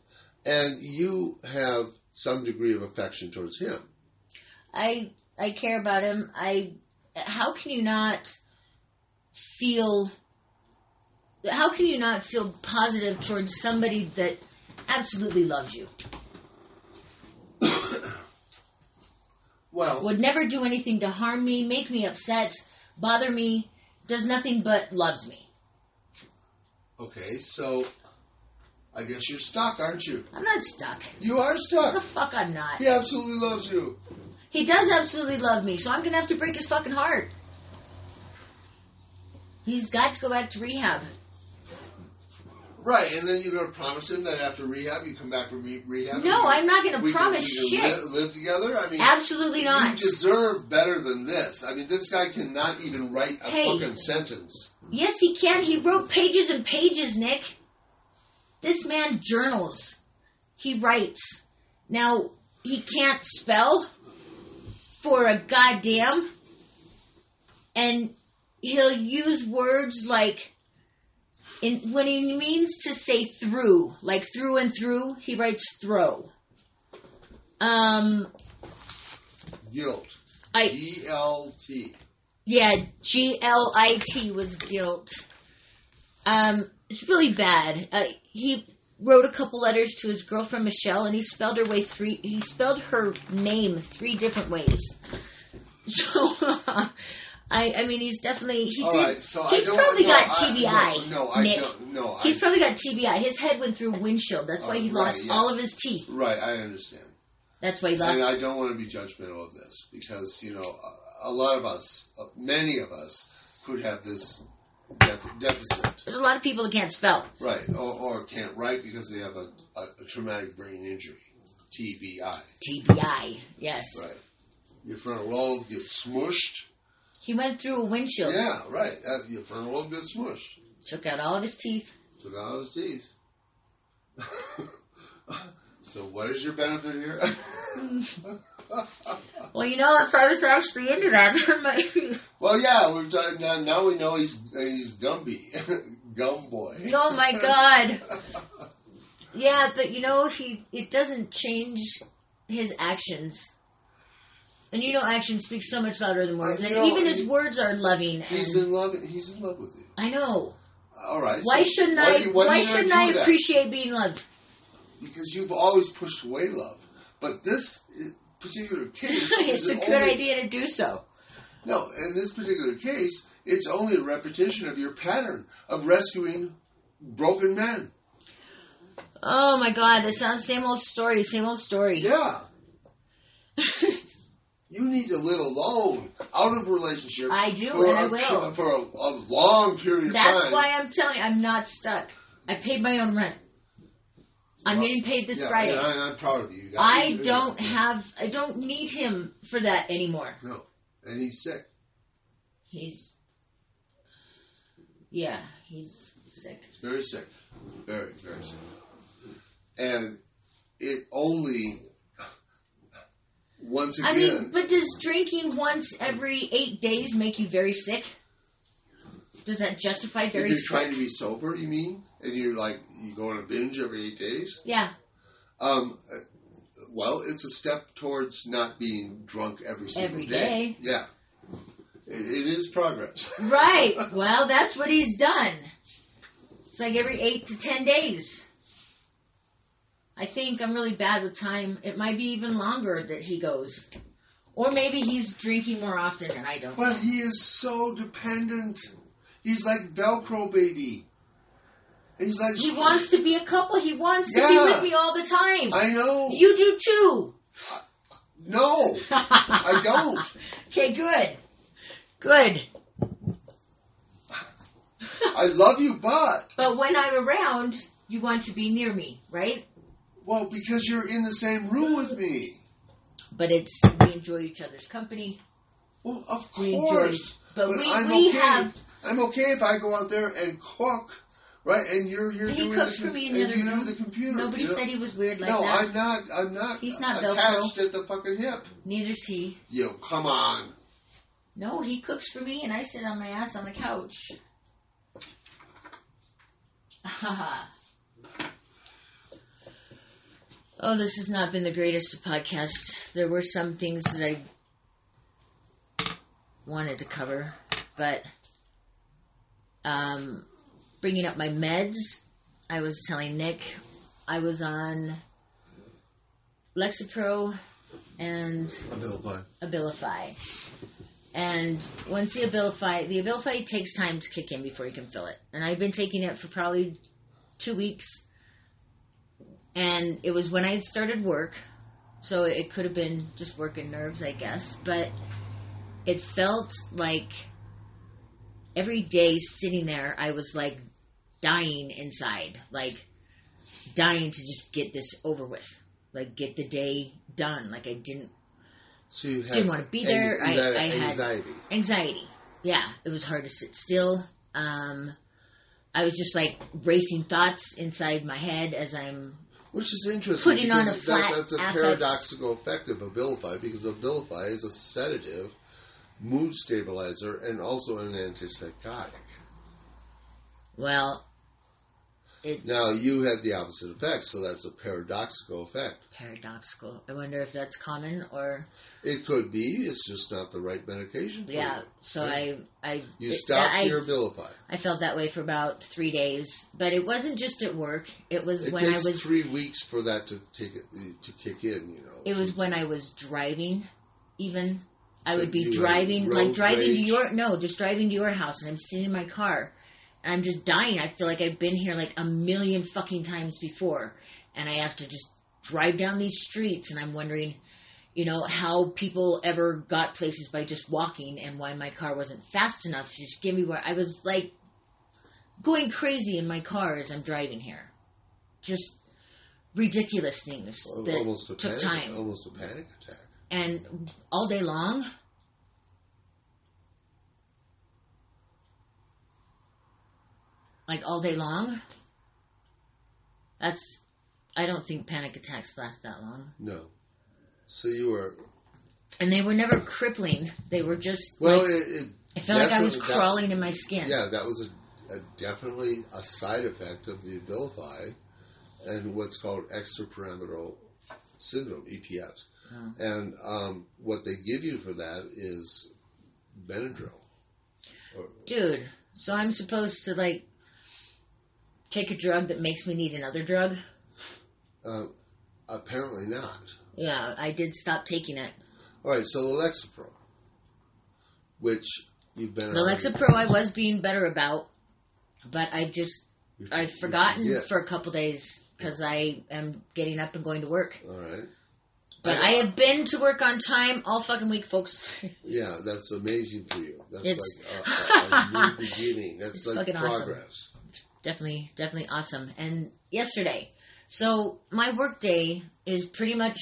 Speaker 2: and you have some degree of affection towards him.
Speaker 1: I I care about him. I. How can you not feel? How can you not feel positive towards somebody that absolutely loves you?
Speaker 2: Well,
Speaker 1: Would never do anything to harm me, make me upset, bother me, does nothing but loves me.
Speaker 2: okay, so I guess you're stuck, aren't you?
Speaker 1: I'm not stuck.
Speaker 2: You are
Speaker 1: The
Speaker 2: stuck.
Speaker 1: fuck I'm not.
Speaker 2: He absolutely loves you.
Speaker 1: He does absolutely love me, so I'm gonna have to break his fucking heart. He's got to go back to rehab.
Speaker 2: Right, and then you're going to promise him that after rehab, you come back from re- rehab?
Speaker 1: No,
Speaker 2: and
Speaker 1: I'm not gonna
Speaker 2: we can-
Speaker 1: promise
Speaker 2: we can
Speaker 1: shit.
Speaker 2: li- live together? I mean,
Speaker 1: Absolutely not.
Speaker 2: You deserve better than this. I mean, this guy cannot even write a
Speaker 1: Hey.
Speaker 2: fucking sentence.
Speaker 1: Yes, he can. He wrote pages and pages, Nick. This man journals. He writes. Now, he can't spell for a goddamn. And he'll use words like in when he means to say through, like through and through, he writes throw. Um
Speaker 2: Guilt.
Speaker 1: I
Speaker 2: E L T.
Speaker 1: Yeah, G L I T was guilt. Um, it's really bad. Uh, he wrote a couple letters to his girlfriend Michelle, and he spelled her way three. He spelled her name three different ways. So, I, I mean, he's definitely he
Speaker 2: All
Speaker 1: did.
Speaker 2: right, so I
Speaker 1: he's
Speaker 2: don't-
Speaker 1: probably
Speaker 2: no,
Speaker 1: got
Speaker 2: I-
Speaker 1: TBI.
Speaker 2: No, no, I
Speaker 1: Nick.
Speaker 2: don't. No, I
Speaker 1: He's probably got TBI. His head went through windshield. That's why
Speaker 2: Oh,
Speaker 1: he
Speaker 2: right,
Speaker 1: lost
Speaker 2: yeah.
Speaker 1: all of his teeth.
Speaker 2: Right, I understand.
Speaker 1: That's why he lost.
Speaker 2: And I don't want to be judgmental of this because, you know, a- a lot of us, uh, many of us, could have this def- deficit.
Speaker 1: There's a lot of people that can't spell.
Speaker 2: Right, or, or can't write because they have a, a, a traumatic brain injury, TBI.
Speaker 1: TBI. Yes.
Speaker 2: Right. Your frontal lobe gets smushed.
Speaker 1: He went through a windshield.
Speaker 2: Yeah, right. Uh, your frontal lobe gets smushed.
Speaker 1: Took out all of his teeth.
Speaker 2: Took out his teeth. so what is your benefit here?
Speaker 1: Well, you know, if I was actually into that, there might be.
Speaker 2: well, yeah, we're talking now. Now we know he's he's Gumby, Gumboy.
Speaker 1: Oh my god. Yeah, but you know, he it doesn't change his actions. And you know, actions speak so much louder than words.
Speaker 2: I
Speaker 1: And
Speaker 2: know,
Speaker 1: even
Speaker 2: and-
Speaker 1: his words are loving.
Speaker 2: He's
Speaker 1: And
Speaker 2: in love. He's in love with you.
Speaker 1: I know.
Speaker 2: All right.
Speaker 1: Why
Speaker 2: so
Speaker 1: shouldn't
Speaker 2: why
Speaker 1: I?
Speaker 2: do you- why do
Speaker 1: Why
Speaker 2: you wanna
Speaker 1: shouldn't
Speaker 2: do
Speaker 1: I
Speaker 2: that?
Speaker 1: appreciate being loved?
Speaker 2: Because you've always pushed away love, but this particular case
Speaker 1: it's
Speaker 2: is
Speaker 1: a good
Speaker 2: only-
Speaker 1: idea to do so.
Speaker 2: No, in this particular case, it's only a repetition of your pattern of rescuing broken men.
Speaker 1: Oh my god, that sounds same old story, same old story.
Speaker 2: Yeah. You need to live alone, out of relationship.
Speaker 1: I do,
Speaker 2: for
Speaker 1: and I
Speaker 2: a-
Speaker 1: will.
Speaker 2: for a, a long period of
Speaker 1: That's
Speaker 2: time.
Speaker 1: why I'm telling you, I'm not stuck. I paid my own rent. I'm
Speaker 2: Well,
Speaker 1: getting paid this
Speaker 2: yeah,
Speaker 1: Friday.
Speaker 2: and I, am proud of you. you. got
Speaker 1: I
Speaker 2: it.
Speaker 1: don't have. I don't need him for that anymore.
Speaker 2: No, and he's sick.
Speaker 1: He's. Yeah, he's sick.
Speaker 2: He's very sick. Very very sick. And it only once again.
Speaker 1: I mean, but does drinking once every eight days make you very sick? Does that justify
Speaker 2: if
Speaker 1: very
Speaker 2: you're
Speaker 1: sick?
Speaker 2: trying to be sober, you mean, and you're like you go on a binge every eight days.
Speaker 1: yeah,
Speaker 2: Um, uh, well, it's a step towards not being drunk every single
Speaker 1: Every day.
Speaker 2: Yeah, it, it is progress.
Speaker 1: right. well, that's what he's done. It's like every eight to ten days. I think I'm really bad with time. It might be even longer that he goes, or maybe he's drinking more often and I don't.
Speaker 2: But he is so dependent. He's like Velcro baby. He's like
Speaker 1: He wants to be a couple. He wants to be
Speaker 2: Yeah.
Speaker 1: with me all the time.
Speaker 2: I know.
Speaker 1: you do too.
Speaker 2: no,
Speaker 1: I
Speaker 2: don't.
Speaker 1: Okay, good. Good.
Speaker 2: I love you, but
Speaker 1: But when I'm around, you want to be near me, right?
Speaker 2: well, because you're in the same room with me.
Speaker 1: But it's we enjoy each other's company.
Speaker 2: Well, of
Speaker 1: We enjoy,
Speaker 2: course.
Speaker 1: but,
Speaker 2: But
Speaker 1: we
Speaker 2: I'm
Speaker 1: we
Speaker 2: okay.
Speaker 1: have
Speaker 2: I'm okay if I go out there and cook, right? And you're you're
Speaker 1: He
Speaker 2: doing
Speaker 1: cooks
Speaker 2: the,
Speaker 1: for
Speaker 2: com-
Speaker 1: me in
Speaker 2: and
Speaker 1: the other
Speaker 2: you do
Speaker 1: room.
Speaker 2: the computer.
Speaker 1: nobody
Speaker 2: you know?
Speaker 1: said he was weird like
Speaker 2: no,
Speaker 1: that.
Speaker 2: I'm not. I'm not.
Speaker 1: He's not Velcro.
Speaker 2: attached at the fucking hip.
Speaker 1: Neither's he.
Speaker 2: Yo, come on.
Speaker 1: No, he cooks for me, and I sit on my ass on the couch. oh, this has not been the greatest of podcasts. There were some things that I wanted to cover, but um, bringing up my meds, I was telling Nick I was on Lexapro and Abilify. And once the Abilify, the Abilify takes time to kick in before you can fill it. And I've been taking it for probably two weeks. and it was when I had started work, so it could have been just working nerves, I guess. But it felt like every day sitting there, I was like dying inside, like dying to just get this over with, like get the day done. Like I didn't
Speaker 2: So you had
Speaker 1: Didn't wanna be there. I-
Speaker 2: anxiety.
Speaker 1: I had-
Speaker 2: anxiety.
Speaker 1: anxiety. Yeah, it was hard to sit still. Um, I was just like racing thoughts inside my head as I'm
Speaker 2: Which is interesting.
Speaker 1: Putting on
Speaker 2: because
Speaker 1: a flat
Speaker 2: that's a
Speaker 1: affect.
Speaker 2: paradoxical effect of Abilify because Abilify is a sedative, mood stabilizer, and also an antipsychotic.
Speaker 1: well. It
Speaker 2: Now you had the opposite effect, so that's a paradoxical effect.
Speaker 1: paradoxical. I wonder if that's common or
Speaker 2: It could be. It's just not the right medication. For
Speaker 1: yeah.
Speaker 2: You,
Speaker 1: So
Speaker 2: Yeah.
Speaker 1: I I
Speaker 2: you
Speaker 1: it-
Speaker 2: stopped
Speaker 1: I,
Speaker 2: your Abilify.
Speaker 1: I felt that way for about three days, but it wasn't just at work. It was
Speaker 2: It
Speaker 1: when I
Speaker 2: takes
Speaker 1: was
Speaker 2: three weeks for that to take it, to kick in. You know.
Speaker 1: it was when I was driving. Even I
Speaker 2: So
Speaker 1: would be
Speaker 2: you had
Speaker 1: driving like
Speaker 2: road
Speaker 1: driving to
Speaker 2: rage?
Speaker 1: your no, just driving to your house, and I'm sitting in my car. And I'm just dying. I feel like I've been here like a million fucking times before, and I have to just drive down these streets, and I'm wondering you know, how people ever got places by just walking and why my car wasn't fast enough to just get me where I was like going crazy in my car as I'm driving here. Just ridiculous things
Speaker 2: Al-
Speaker 1: that,
Speaker 2: almost a
Speaker 1: took
Speaker 2: panic,
Speaker 1: time.
Speaker 2: Almost a panic attack.
Speaker 1: and all day long. Like all day long. That's I don't think panic attacks last that long.
Speaker 2: No. So you were
Speaker 1: And they were never crippling. They were just
Speaker 2: well.
Speaker 1: like,
Speaker 2: it, it
Speaker 1: I felt like I was
Speaker 2: definitely- that-
Speaker 1: crawling in my skin.
Speaker 2: Yeah, that was a, a definitely a side effect of the Abilify and what's called extrapyramidal syndrome (EPS).
Speaker 1: Oh.
Speaker 2: And um, what they give you for that is Benadryl. Or,
Speaker 1: Dude, so I'm supposed to like take a drug that makes me need another drug?
Speaker 2: uh, apparently not.
Speaker 1: Yeah, I did stop taking it.
Speaker 2: All right, so Lexapro, which you've been
Speaker 1: The Lexapro I was being better about, but I just
Speaker 2: you've-
Speaker 1: I've
Speaker 2: you've-
Speaker 1: forgotten
Speaker 2: yeah.
Speaker 1: for a couple days because I am getting up and going to work.
Speaker 2: All right.
Speaker 1: But I have been to work on time all fucking week, folks.
Speaker 2: Yeah, that's amazing for you. That's
Speaker 1: It's-
Speaker 2: like a, a, a new beginning. That's
Speaker 1: It's
Speaker 2: like
Speaker 1: fucking awesome.
Speaker 2: progress.
Speaker 1: definitely definitely awesome and yesterday so my work day is pretty much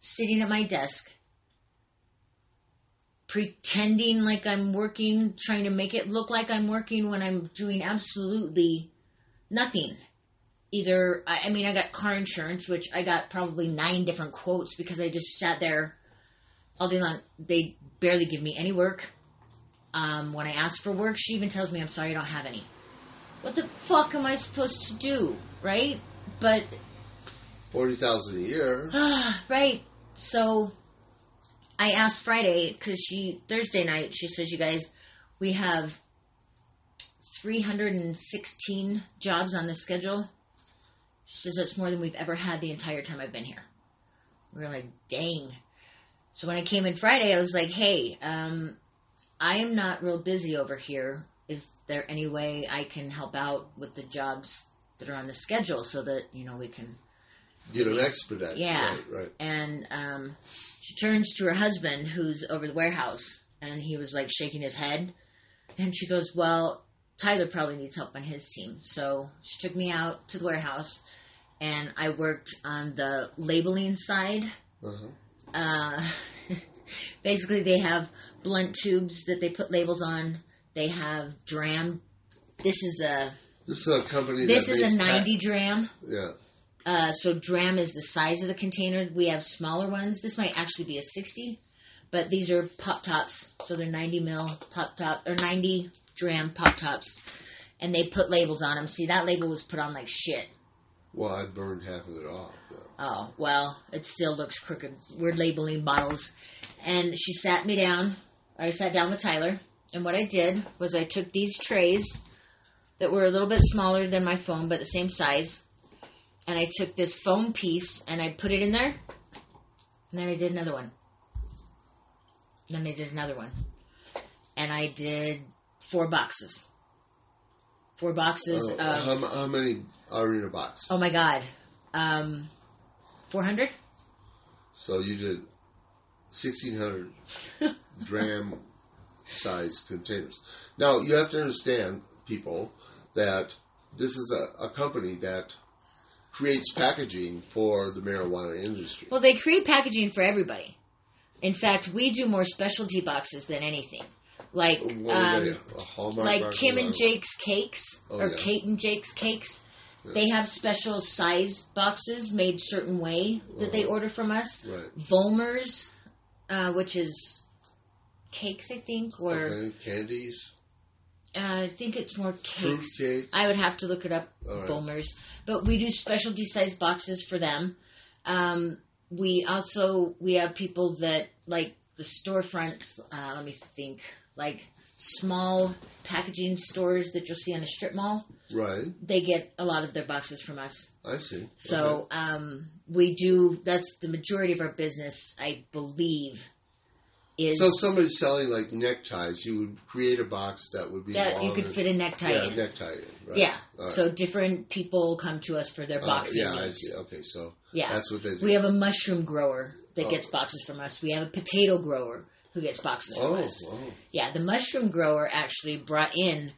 Speaker 1: sitting at my desk pretending like i'm working trying to make it look like i'm working when i'm doing absolutely nothing either i, I mean i got car insurance which i got probably nine different quotes because i just sat there all day long they barely give me any work um, when i ask for work she even tells me i'm sorry i don't have any what the fuck am I supposed to do, right? But
Speaker 2: Forty thousand a year.
Speaker 1: right, so I asked Friday because she Thursday night she says, "You guys, we have 316 jobs on the schedule." She says that's more than we've ever had the entire time I've been here. We were like, "Dang!" So when I came in Friday, I was like, "Hey, um, I am not real busy over here. Is there any way I can help out with the jobs that are on the schedule so that you know we can?"
Speaker 2: You don't expedite.
Speaker 1: Yeah.
Speaker 2: Right, right.
Speaker 1: and um, she turns to her husband who's over the warehouse and he was like shaking his head and she goes well tyler probably needs help on his team so she took me out to the warehouse and i worked on the labeling side
Speaker 2: Uh-huh.
Speaker 1: uh, basically they have blunt tubes that they put labels on they have dram this is a
Speaker 2: This is a company.
Speaker 1: this
Speaker 2: that
Speaker 1: is a
Speaker 2: makes pack-
Speaker 1: 90 dram
Speaker 2: yeah.
Speaker 1: uh, so dram is the size of the container. We have smaller ones. This might actually be a 60, but these are pop tops. So they're 90 mil pop top or 90 dram pop tops, and they put labels on them. See, that label was put on like shit.
Speaker 2: Well, I burned half of it off. Though.
Speaker 1: Oh well, it still looks crooked. We're labeling bottles, and she sat me down. I sat down with Tyler, and what I did was I took these trays that were a little bit smaller than my phone, but the same size, and I took this foam piece and I put it in there, and then I did another one. Then I did another one, and I did four boxes. Four boxes
Speaker 2: Oh, uh-huh.
Speaker 1: of um,
Speaker 2: how, m- how many are in a box?
Speaker 1: Oh my god. um, 400?
Speaker 2: So you did 1,600 dram size containers. Now, you have to understand, people, that this is a, a company that creates packaging for the marijuana industry.
Speaker 1: Well, they create packaging for everybody. In fact, we do more specialty boxes than anything. Like,
Speaker 2: What are
Speaker 1: um,
Speaker 2: they, a Hallmark
Speaker 1: like
Speaker 2: box
Speaker 1: Kim
Speaker 2: or
Speaker 1: and Jake's cakes
Speaker 2: Oh,
Speaker 1: or
Speaker 2: yeah.
Speaker 1: Kate and Jake's cakes.
Speaker 2: Yeah.
Speaker 1: They have special size boxes made certain way that they
Speaker 2: Uh-huh.
Speaker 1: order from us.
Speaker 2: Right.
Speaker 1: Volmers, uh, which is cakes, I think, or
Speaker 2: Okay, candies,
Speaker 1: uh, I think it's more
Speaker 2: fruit
Speaker 1: cakes.
Speaker 2: cake.
Speaker 1: I would have to look it up,
Speaker 2: All right.
Speaker 1: Bulmers. But we do specialty size boxes for them. Um, we also we have people that like the storefronts. Uh, let me think, like small packaging stores that you'll see on a strip mall.
Speaker 2: Right.
Speaker 1: They get a lot of their boxes from us.
Speaker 2: I see.
Speaker 1: So um, we do. That's the majority of our business, I believe.
Speaker 2: Okay.
Speaker 1: Is
Speaker 2: so if somebody's selling like neckties, you would create a box that would be
Speaker 1: that
Speaker 2: long
Speaker 1: you could
Speaker 2: and-
Speaker 1: fit a necktie
Speaker 2: yeah,
Speaker 1: in.
Speaker 2: necktie in. Right.
Speaker 1: Yeah.
Speaker 2: All right.
Speaker 1: So different people come to us for their
Speaker 2: Uh,
Speaker 1: boxing
Speaker 2: yeah, I
Speaker 1: needs.
Speaker 2: see. Okay, so
Speaker 1: Yeah.
Speaker 2: that's what they do.
Speaker 1: we have a mushroom grower that
Speaker 2: Oh.
Speaker 1: gets boxes from us. We have a potato grower who gets boxes
Speaker 2: oh,
Speaker 1: from us.
Speaker 2: wow.
Speaker 1: Yeah, the mushroom grower actually brought in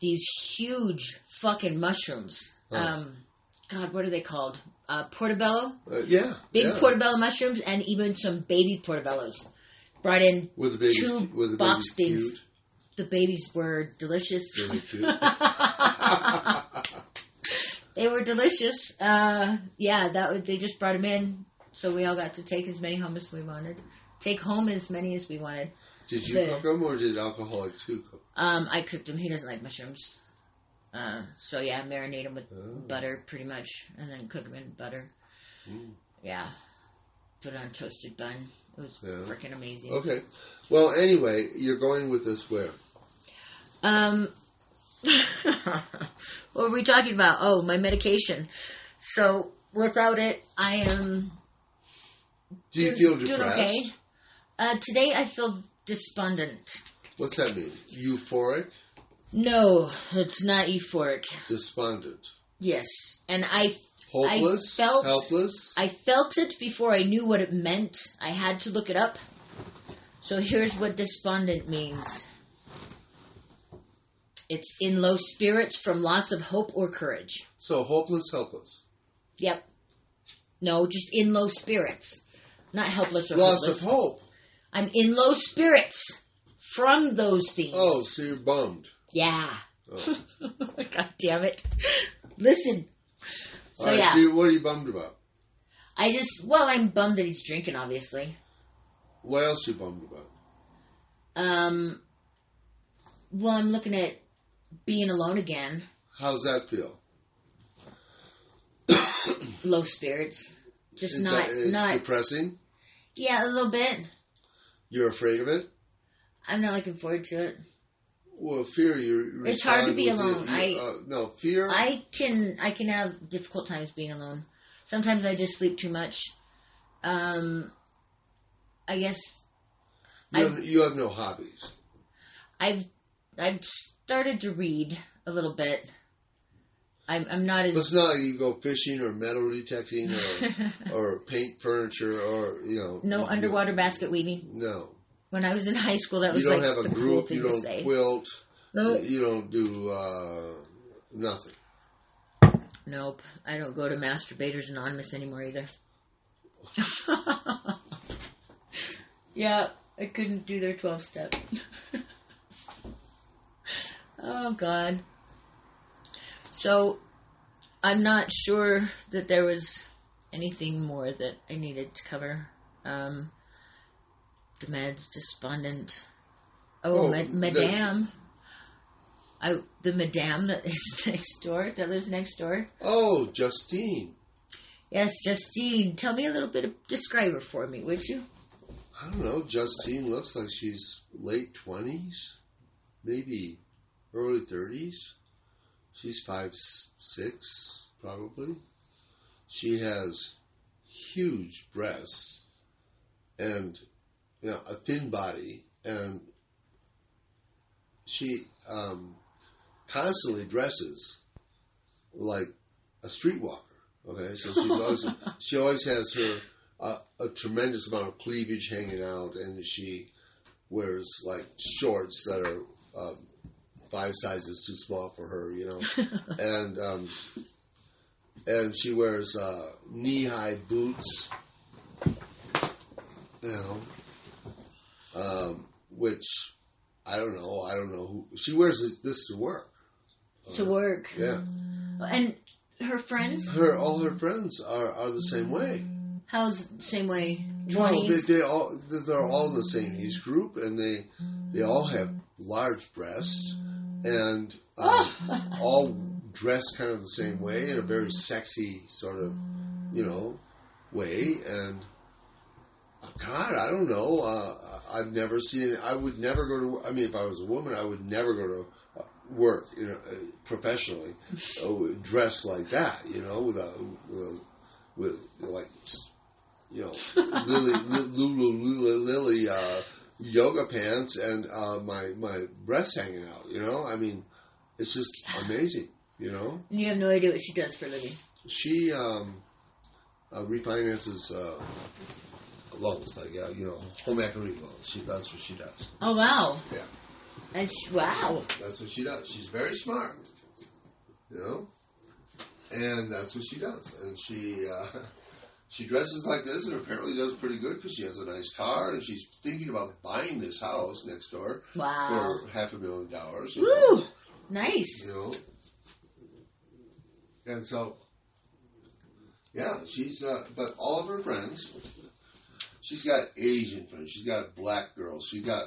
Speaker 1: these huge fucking mushrooms.
Speaker 2: Oh.
Speaker 1: Um, God, what are they called? Uh, portobello,
Speaker 2: Uh, yeah.
Speaker 1: big
Speaker 2: yeah.
Speaker 1: portobello mushrooms, and even some baby portobellos. Brought in
Speaker 2: with the baby,
Speaker 1: two
Speaker 2: with the
Speaker 1: box
Speaker 2: baby
Speaker 1: things.
Speaker 2: cute.
Speaker 1: the babies were delicious.
Speaker 2: Really cute.
Speaker 1: They were delicious. Uh, yeah, that was, they just brought them in, so we all got to take as many home as we wanted. Take home as many as we wanted.
Speaker 2: did you
Speaker 1: The-
Speaker 2: cook them or did alcoholic too cook?
Speaker 1: Um, I cooked him. He doesn't like mushrooms, uh, so yeah, marinate them with
Speaker 2: Oh.
Speaker 1: butter pretty much, and then cook them in butter.
Speaker 2: Mm.
Speaker 1: Yeah, put it on a toasted bun. It was
Speaker 2: Yeah.
Speaker 1: freaking amazing.
Speaker 2: Okay. Well, anyway, you're going with this where?
Speaker 1: Um, what were we talking about? Oh, my medication. So without it, I am
Speaker 2: Do you
Speaker 1: doing-
Speaker 2: feel depressed?
Speaker 1: Doing okay. Uh, today I feel despondent.
Speaker 2: What's that mean? Euphoric,
Speaker 1: No, it's not euphoric.
Speaker 2: despondent,
Speaker 1: Yes, and I
Speaker 2: hopeless,
Speaker 1: felt-
Speaker 2: helpless.
Speaker 1: I felt it before I knew what it meant. I had to look it up. So here's what despondent means. It's in low spirits from loss of hope or courage.
Speaker 2: so hopeless, helpless,
Speaker 1: Yep. No, just in low spirits. Not helpless or
Speaker 2: loss
Speaker 1: hopeless.
Speaker 2: of hope.
Speaker 1: I'm in low spirits from those things.
Speaker 2: Oh, so you're bummed.
Speaker 1: Yeah.
Speaker 2: Oh.
Speaker 1: God damn it. Listen. So
Speaker 2: All right,
Speaker 1: yeah,
Speaker 2: so you- what are you bummed about?
Speaker 1: I just well, I'm bummed that he's drinking, obviously.
Speaker 2: What else are you bummed about?
Speaker 1: Um, well, I'm looking at being alone again,
Speaker 2: How's that feel?
Speaker 1: low spirits, just
Speaker 2: Is
Speaker 1: not,
Speaker 2: that- is
Speaker 1: not,
Speaker 2: depressing.
Speaker 1: yeah, a little bit.
Speaker 2: You're afraid of it.
Speaker 1: I'm not looking forward to it.
Speaker 2: Well, fear. You.
Speaker 1: It's hard to be
Speaker 2: respond with
Speaker 1: alone.
Speaker 2: it. You- uh, no fear.
Speaker 1: I can, I can have difficult times being alone. Sometimes I just sleep too much. Um, I guess
Speaker 2: you,
Speaker 1: I-
Speaker 2: have, you have no hobbies.
Speaker 1: I've I've started to read a little bit. I'm I'm not
Speaker 2: But
Speaker 1: as
Speaker 2: it's not like you go fishing or metal detecting or, or paint furniture or you know.
Speaker 1: no
Speaker 2: you-
Speaker 1: underwater basket weaving.
Speaker 2: No,
Speaker 1: When I was in high school, that
Speaker 2: you
Speaker 1: was like
Speaker 2: don't have
Speaker 1: the
Speaker 2: a
Speaker 1: cool
Speaker 2: group.
Speaker 1: thing
Speaker 2: You
Speaker 1: to
Speaker 2: don't
Speaker 1: say. Oh.
Speaker 2: quilt.
Speaker 1: No,
Speaker 2: You don't do uh, nothing.
Speaker 1: nope. I don't go to Masturbators Anonymous anymore either. yeah, I couldn't do their twelve step. oh God. So, I'm not sure that there was anything more that I needed to cover. Um, the meds, despondent. Oh,
Speaker 2: Oh,
Speaker 1: ma-
Speaker 2: the-
Speaker 1: madame. I the madame that is next door that lives next door.
Speaker 2: Oh, Justine.
Speaker 1: Yes, Justine. Tell me a little bit of describe her for me, would you?
Speaker 2: I don't know. Justine looks like she's late twenties, maybe early thirties. She's five s- six, probably. She has huge breasts and you know, a thin body, and she um, constantly dresses like a streetwalker Okay, so she's always she always has her uh, a tremendous amount of cleavage hanging out, and she wears like shorts that are um, five sizes too small for her, you know, and um, and she wears uh, knee high boots, you know, um, which I don't know, I don't know who she wears this to work. Uh,
Speaker 1: to work.
Speaker 2: Yeah,
Speaker 1: And her friends,
Speaker 2: her all her friends are are the same way.
Speaker 1: Mm. how's the same way?
Speaker 2: No, they,
Speaker 1: Twenties.
Speaker 2: they all they're all the same age group, and they they all have large breasts and
Speaker 1: Ah!
Speaker 2: um, all dressed kind of the same way in a very sexy sort of you know way. And uh, God, I don't know. Uh, I- I've never seen. I would never go to. I mean, if I was a woman, I would never go to uh, work you know, uh, professionally uh, dressed like that. You know, with a with, a, with like you know, Lily, Li- Lulu, Lulu, Lily, uh, yoga pants and uh, my my breasts hanging out. You know, I mean, it's just amazing. You know,
Speaker 1: And you have no idea what she does for a living.
Speaker 2: she um, uh, refinances uh, loans, like uh, you know, home equity loans. She, that's what she does.
Speaker 1: Oh wow.
Speaker 2: Yeah.
Speaker 1: And she, wow.
Speaker 2: That's what she does. She's very smart. You know, and that's what she does. And she. Uh, She dresses like this and apparently does pretty good because she has a nice car and she's thinking about buying this house next door
Speaker 1: Wow.
Speaker 2: for half a million dollars. You know,
Speaker 1: Woo. Nice.
Speaker 2: you know. And so, yeah, she's, uh, but all of her friends, she's got Asian friends, she's got black girls, she's got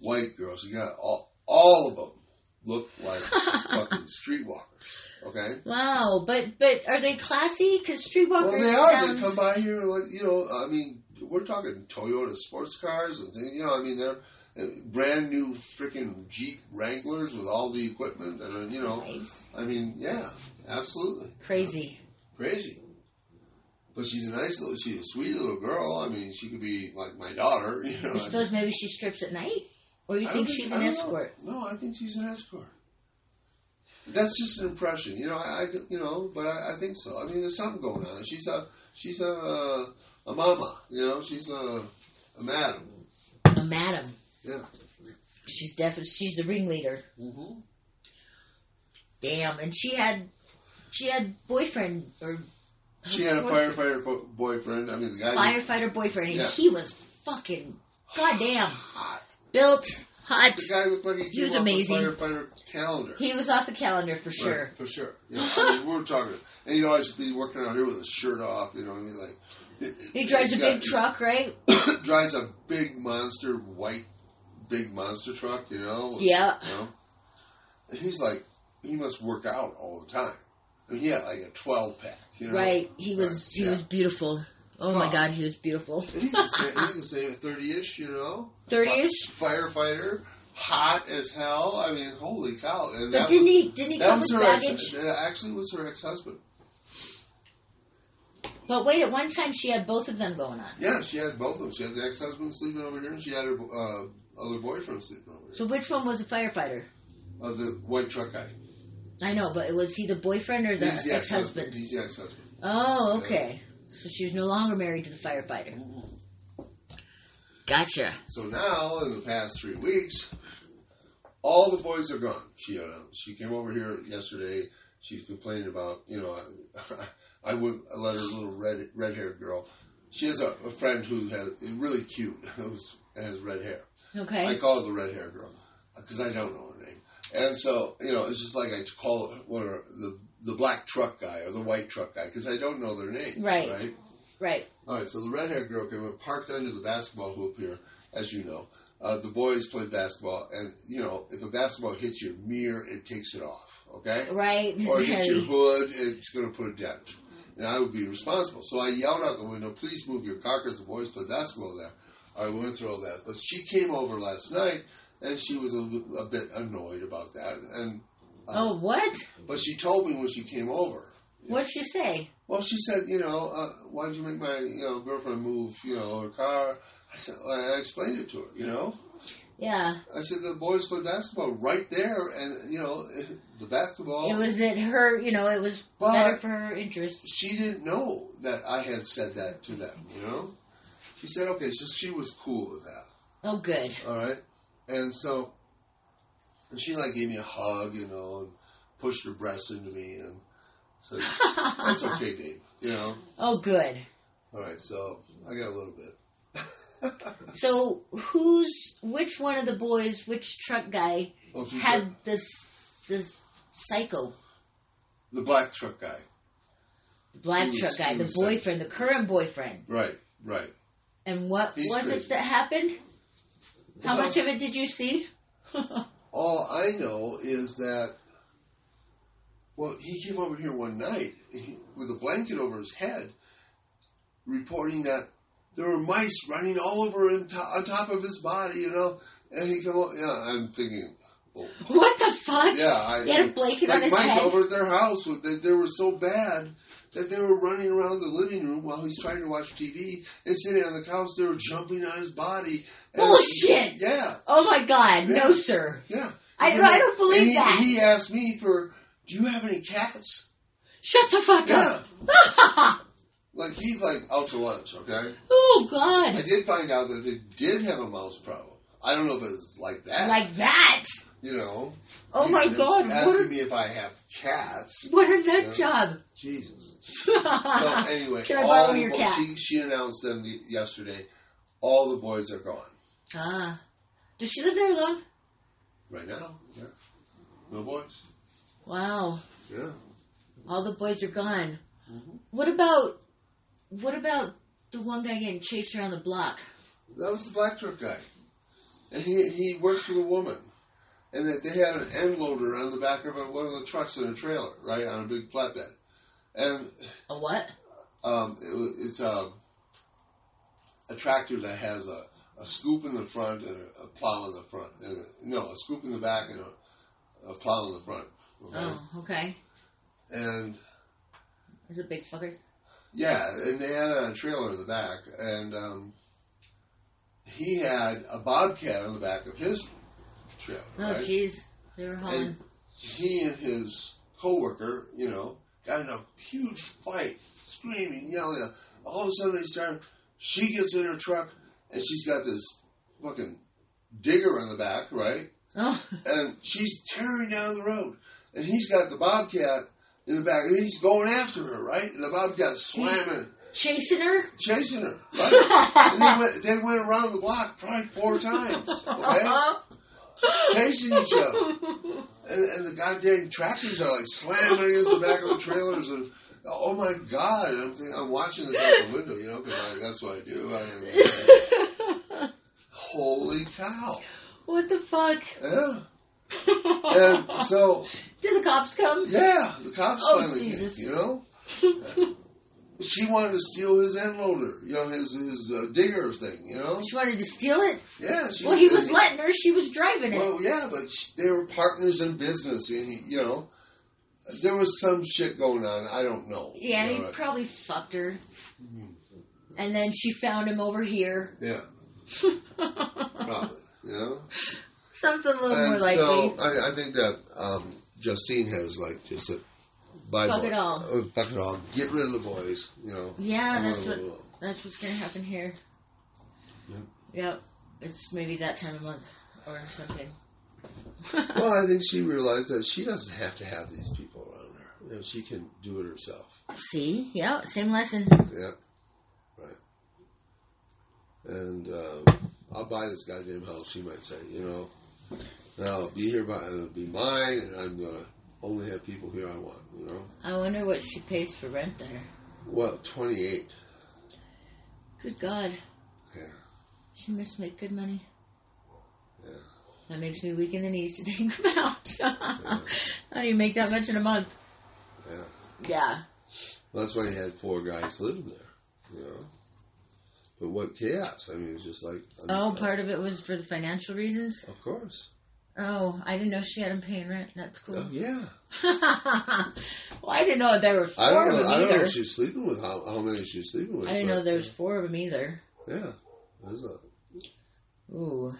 Speaker 2: white girls, she got all, all of them look like fucking streetwalkers. Okay?
Speaker 1: Wow. But but are they classy? Because streetwalkers
Speaker 2: Well, they are.
Speaker 1: sounds
Speaker 2: They come by here, like you know. I mean, we're talking Toyota sports cars and things. You know, I mean, they're uh, brand new freaking Jeep Wranglers with all the equipment, and uh, you know,
Speaker 1: nice.
Speaker 2: I mean, yeah, absolutely
Speaker 1: crazy.
Speaker 2: crazy. But she's a nice little, she's a sweet little girl. I mean, she could be like my daughter. You know,
Speaker 1: I suppose maybe she strips at night, or you
Speaker 2: I
Speaker 1: think
Speaker 2: don't
Speaker 1: she's
Speaker 2: I
Speaker 1: an
Speaker 2: don't know.
Speaker 1: escort.
Speaker 2: No, I think she's an escort. That's just an impression, you know. I, I you know, but I, I think so. I mean, there's something going on. She's a, she's a, a mama, you know. She's a, a madam.
Speaker 1: A madam.
Speaker 2: Yeah.
Speaker 1: She's definitely she's the ringleader. Mm-hmm.
Speaker 2: hmm
Speaker 1: Damn. And she had she had boyfriend or
Speaker 2: She had a
Speaker 1: Boyfriend.
Speaker 2: firefighter bo- boyfriend. I mean, the guy.
Speaker 1: firefighter boyfriend, and
Speaker 2: Yeah.
Speaker 1: he was fucking goddamn
Speaker 2: Hot.
Speaker 1: built hot.
Speaker 2: The guy looked like he,
Speaker 1: He
Speaker 2: came
Speaker 1: was
Speaker 2: off a
Speaker 1: amazing.
Speaker 2: Firefighter calendar.
Speaker 1: He was off the calendar for sure.
Speaker 2: Right, for sure. You know, I mean, we're talking, and he'd always be working out here with his shirt off. You know what I mean? Like
Speaker 1: He drives a
Speaker 2: he's got-
Speaker 1: big truck, right?
Speaker 2: drives a big monster white big monster truck, you know. with-
Speaker 1: Yeah.
Speaker 2: You know? And he's like he must work out all the time. I mean, he had like a twelve pack, you know.
Speaker 1: Right. He was he
Speaker 2: Yeah.
Speaker 1: was beautiful. Oh my
Speaker 2: Oh.
Speaker 1: god, he was beautiful.
Speaker 2: And he's the same, he's the same at thirty ish, you know.
Speaker 1: Thirty ish?
Speaker 2: Firefighter, hot as hell. I mean, holy cow. And
Speaker 1: But
Speaker 2: that
Speaker 1: didn't
Speaker 2: was,
Speaker 1: he didn't he
Speaker 2: that
Speaker 1: come
Speaker 2: was
Speaker 1: with
Speaker 2: her ex,
Speaker 1: baggage?
Speaker 2: that actually was her ex husband.
Speaker 1: But wait, at one time she had both of them going on.
Speaker 2: Yeah, she had both of them. She had the ex husband sleeping over here and she had her uh, other boyfriend sleeping over here.
Speaker 1: So which one was the firefighter?
Speaker 2: uh, the white truck guy.
Speaker 1: I know, but was he the boyfriend or the
Speaker 2: He's the
Speaker 1: ex
Speaker 2: ex-husband.
Speaker 1: husband?
Speaker 2: He's the ex husband.
Speaker 1: Oh, okay. So she was no longer married to the firefighter. Gotcha.
Speaker 2: So now, in the past three weeks, all the boys are gone. She uh, she came over here yesterday. She's complaining about you know I, I would I let her little red red haired girl. She has a, a friend who has is really cute who's has red hair.
Speaker 1: Okay.
Speaker 2: I call her the red hair girl because I don't know her name. And so you know it's just like I call one of the the black truck guy or the white truck guy because I don't know their name.
Speaker 1: Right.
Speaker 2: Right.
Speaker 1: right.
Speaker 2: All right, so the red-haired girl came up, parked under the basketball hoop here, as you know. Uh, the boys played basketball, and you know if a basketball hits your mirror, it takes it off, okay?
Speaker 1: Right.
Speaker 2: Or it hits your
Speaker 1: Heavy.
Speaker 2: hood, it's going to put a dent. And I would be responsible. So I yelled out the window, "Please move your car, because the boys play basketball there." I went through all that, but she came over last night, and she was a, li- a bit annoyed about that. And uh,
Speaker 1: oh, what?
Speaker 2: but she told me when she came over,
Speaker 1: What'd she say?
Speaker 2: well, she said, you know, uh, why did you make my you know girlfriend move, you know, her car? I said, well, I explained it to her, you know.
Speaker 1: Yeah.
Speaker 2: I said the boys play basketball right there, and you know the basketball.
Speaker 1: It was at her, you know, it was
Speaker 2: Oh. But-
Speaker 1: better for her interest.
Speaker 2: she didn't know that I had said that to them. You know, she said okay, so she was cool with that.
Speaker 1: Oh, good.
Speaker 2: All right. And so, and she like gave me a hug, you know, and pushed her breast into me and said, "That's okay, babe." You know.
Speaker 1: Oh, good.
Speaker 2: All right. So I got a little bit.
Speaker 1: So, who's, which one of the boys, which truck guy
Speaker 2: oh, she said,
Speaker 1: had this, this psycho?
Speaker 2: the black truck guy.
Speaker 1: The black
Speaker 2: He was-
Speaker 1: truck guy,
Speaker 2: he
Speaker 1: the
Speaker 2: was psycho.
Speaker 1: boyfriend, the current boyfriend.
Speaker 2: Right. Right.
Speaker 1: And what
Speaker 2: He's
Speaker 1: was
Speaker 2: crazy.
Speaker 1: it that happened? How
Speaker 2: Well-
Speaker 1: much of it did you see?
Speaker 2: All I know is that. Well, he came over here one night he- with a blanket over his head, reporting that there were mice running all over him to, on top of his body, you know. And he go, yeah, I'm thinking,
Speaker 1: what the fuck?
Speaker 2: yeah, I,
Speaker 1: He had a blanket on
Speaker 2: like
Speaker 1: his
Speaker 2: mice
Speaker 1: head.
Speaker 2: over at their house. with- They, they were so bad that they were running around the living room while he's trying to watch TV and sitting on the couch. They were jumping on his body. And-
Speaker 1: Bullshit!
Speaker 2: Yeah,
Speaker 1: Oh my god,
Speaker 2: Yeah.
Speaker 1: no, sir.
Speaker 2: yeah.
Speaker 1: I, I don't believe
Speaker 2: And he,
Speaker 1: that.
Speaker 2: He asked me for, "Do you have any cats?"
Speaker 1: Shut the fuck
Speaker 2: Yeah.
Speaker 1: up.
Speaker 2: Like he's like out to lunch. Okay.
Speaker 1: oh
Speaker 2: I
Speaker 1: god.
Speaker 2: did find out that they did have a mouse problem. I don't know if it's like that.
Speaker 1: Like that.
Speaker 2: you know.
Speaker 1: Oh
Speaker 2: He
Speaker 1: my
Speaker 2: was
Speaker 1: god, what
Speaker 2: Asking
Speaker 1: a,
Speaker 2: me if I have cats.
Speaker 1: what a nut job.
Speaker 2: Jesus. So anyway,
Speaker 1: Can I
Speaker 2: all
Speaker 1: borrow
Speaker 2: the
Speaker 1: your
Speaker 2: bo-
Speaker 1: cat?
Speaker 2: She, she announced them the, yesterday. All the boys are gone
Speaker 1: ah. Does she live there alone?
Speaker 2: right now. Yeah. No boys.
Speaker 1: Wow.
Speaker 2: Yeah.
Speaker 1: All the boys are gone.
Speaker 2: Mhm.
Speaker 1: What about what about the one guy getting chased around the block?
Speaker 2: That was the black truck guy, and he he works with a woman, and that they had an end loader on the back of a, one of the trucks in a trailer, right on a big flatbed, and
Speaker 1: A what?
Speaker 2: um, it, wa- it's a a tractor that has a, a scoop in the front and a, a plow in the front, and a, no, a scoop in the back and a, a plow in the front. okay?
Speaker 1: Oh, okay.
Speaker 2: And
Speaker 1: Is a big fucker.
Speaker 2: Yeah, and they had a trailer in the back, and um, he had a bobcat on the back of his trailer.
Speaker 1: Oh
Speaker 2: right?
Speaker 1: jeez. They were hauling.
Speaker 2: He and his coworker, you know, got in a huge fight, screaming, yelling. All of a sudden, they start. She gets in her truck, and she's got this fucking digger on the back, right?
Speaker 1: Oh
Speaker 2: and she's tearing down the road, and he's got the bobcat in the back, and he's going after her, right? And the bobcat's slamming,
Speaker 1: chasing her?
Speaker 2: chasing her. Right? And they went, they went around the block probably four times, okay?
Speaker 1: Uh-huh.
Speaker 2: chasing each other, and, and the goddamn tractors are like slamming against the back of the trailers, and oh my god, I'm thinking, I'm watching this out the window, you know, because that's what I do. I, holy cow!
Speaker 1: what the fuck?
Speaker 2: Yeah. And so,
Speaker 1: Did the cops come?
Speaker 2: yeah, the cops
Speaker 1: Oh,
Speaker 2: finally
Speaker 1: Jesus.
Speaker 2: came, you know. she wanted to steal his end loader, you know, his his uh, digger thing, you know.
Speaker 1: she wanted to steal it?
Speaker 2: Yeah. She
Speaker 1: Well, he was letting her. She was driving it.
Speaker 2: Well, yeah, but sh they were partners in business, and he, you know, there was some shit going on. I don't know.
Speaker 1: yeah,
Speaker 2: You
Speaker 1: he
Speaker 2: know, right?
Speaker 1: probably fucked her.
Speaker 2: Mhm.
Speaker 1: And then she found him over here.
Speaker 2: yeah, probably. You know,
Speaker 1: Something a little more
Speaker 2: and
Speaker 1: likely.
Speaker 2: so I, I think that um, Justine has like just said, bye
Speaker 1: Fuck
Speaker 2: boy.
Speaker 1: it all.
Speaker 2: Oh, fuck it all. Get rid of the boys. You know.
Speaker 1: yeah,
Speaker 2: I'm
Speaker 1: that's
Speaker 2: gonna-
Speaker 1: what that's what's gonna happen here.
Speaker 2: Yep.
Speaker 1: Yep. It's maybe that time of month or something.
Speaker 2: Well, I think she realized that she doesn't have to have these people around her. You know, she can do it herself.
Speaker 1: See? Yeah, same lesson.
Speaker 2: Yeah. Right. And um, I'll buy this goddamn house, she might say, you know. And I'll be here by it'll be mine and I'm gonna only have people here I want, you know.
Speaker 1: I wonder what she pays for rent there.
Speaker 2: Well, twenty eight.
Speaker 1: Good God.
Speaker 2: Yeah.
Speaker 1: She must make good money.
Speaker 2: Yeah.
Speaker 1: That makes me weak in the knees to think about. How do you make that much in a month?
Speaker 2: Yeah.
Speaker 1: Yeah.
Speaker 2: Well, that's why he had four guys living there, you know. But what chaos? I mean it was just like
Speaker 1: Oh, part of it was for the financial reasons?
Speaker 2: Of course.
Speaker 1: Oh, I didn't know she had him paying rent. That's cool.
Speaker 2: Oh, yeah.
Speaker 1: well, I didn't know there were four
Speaker 2: I don't
Speaker 1: of
Speaker 2: know
Speaker 1: them
Speaker 2: I don't know
Speaker 1: either.
Speaker 2: if she's sleeping with how how many she's sleeping with.
Speaker 1: I didn't
Speaker 2: but-
Speaker 1: know there was four of them either.
Speaker 2: Yeah. There's a
Speaker 1: Ooh.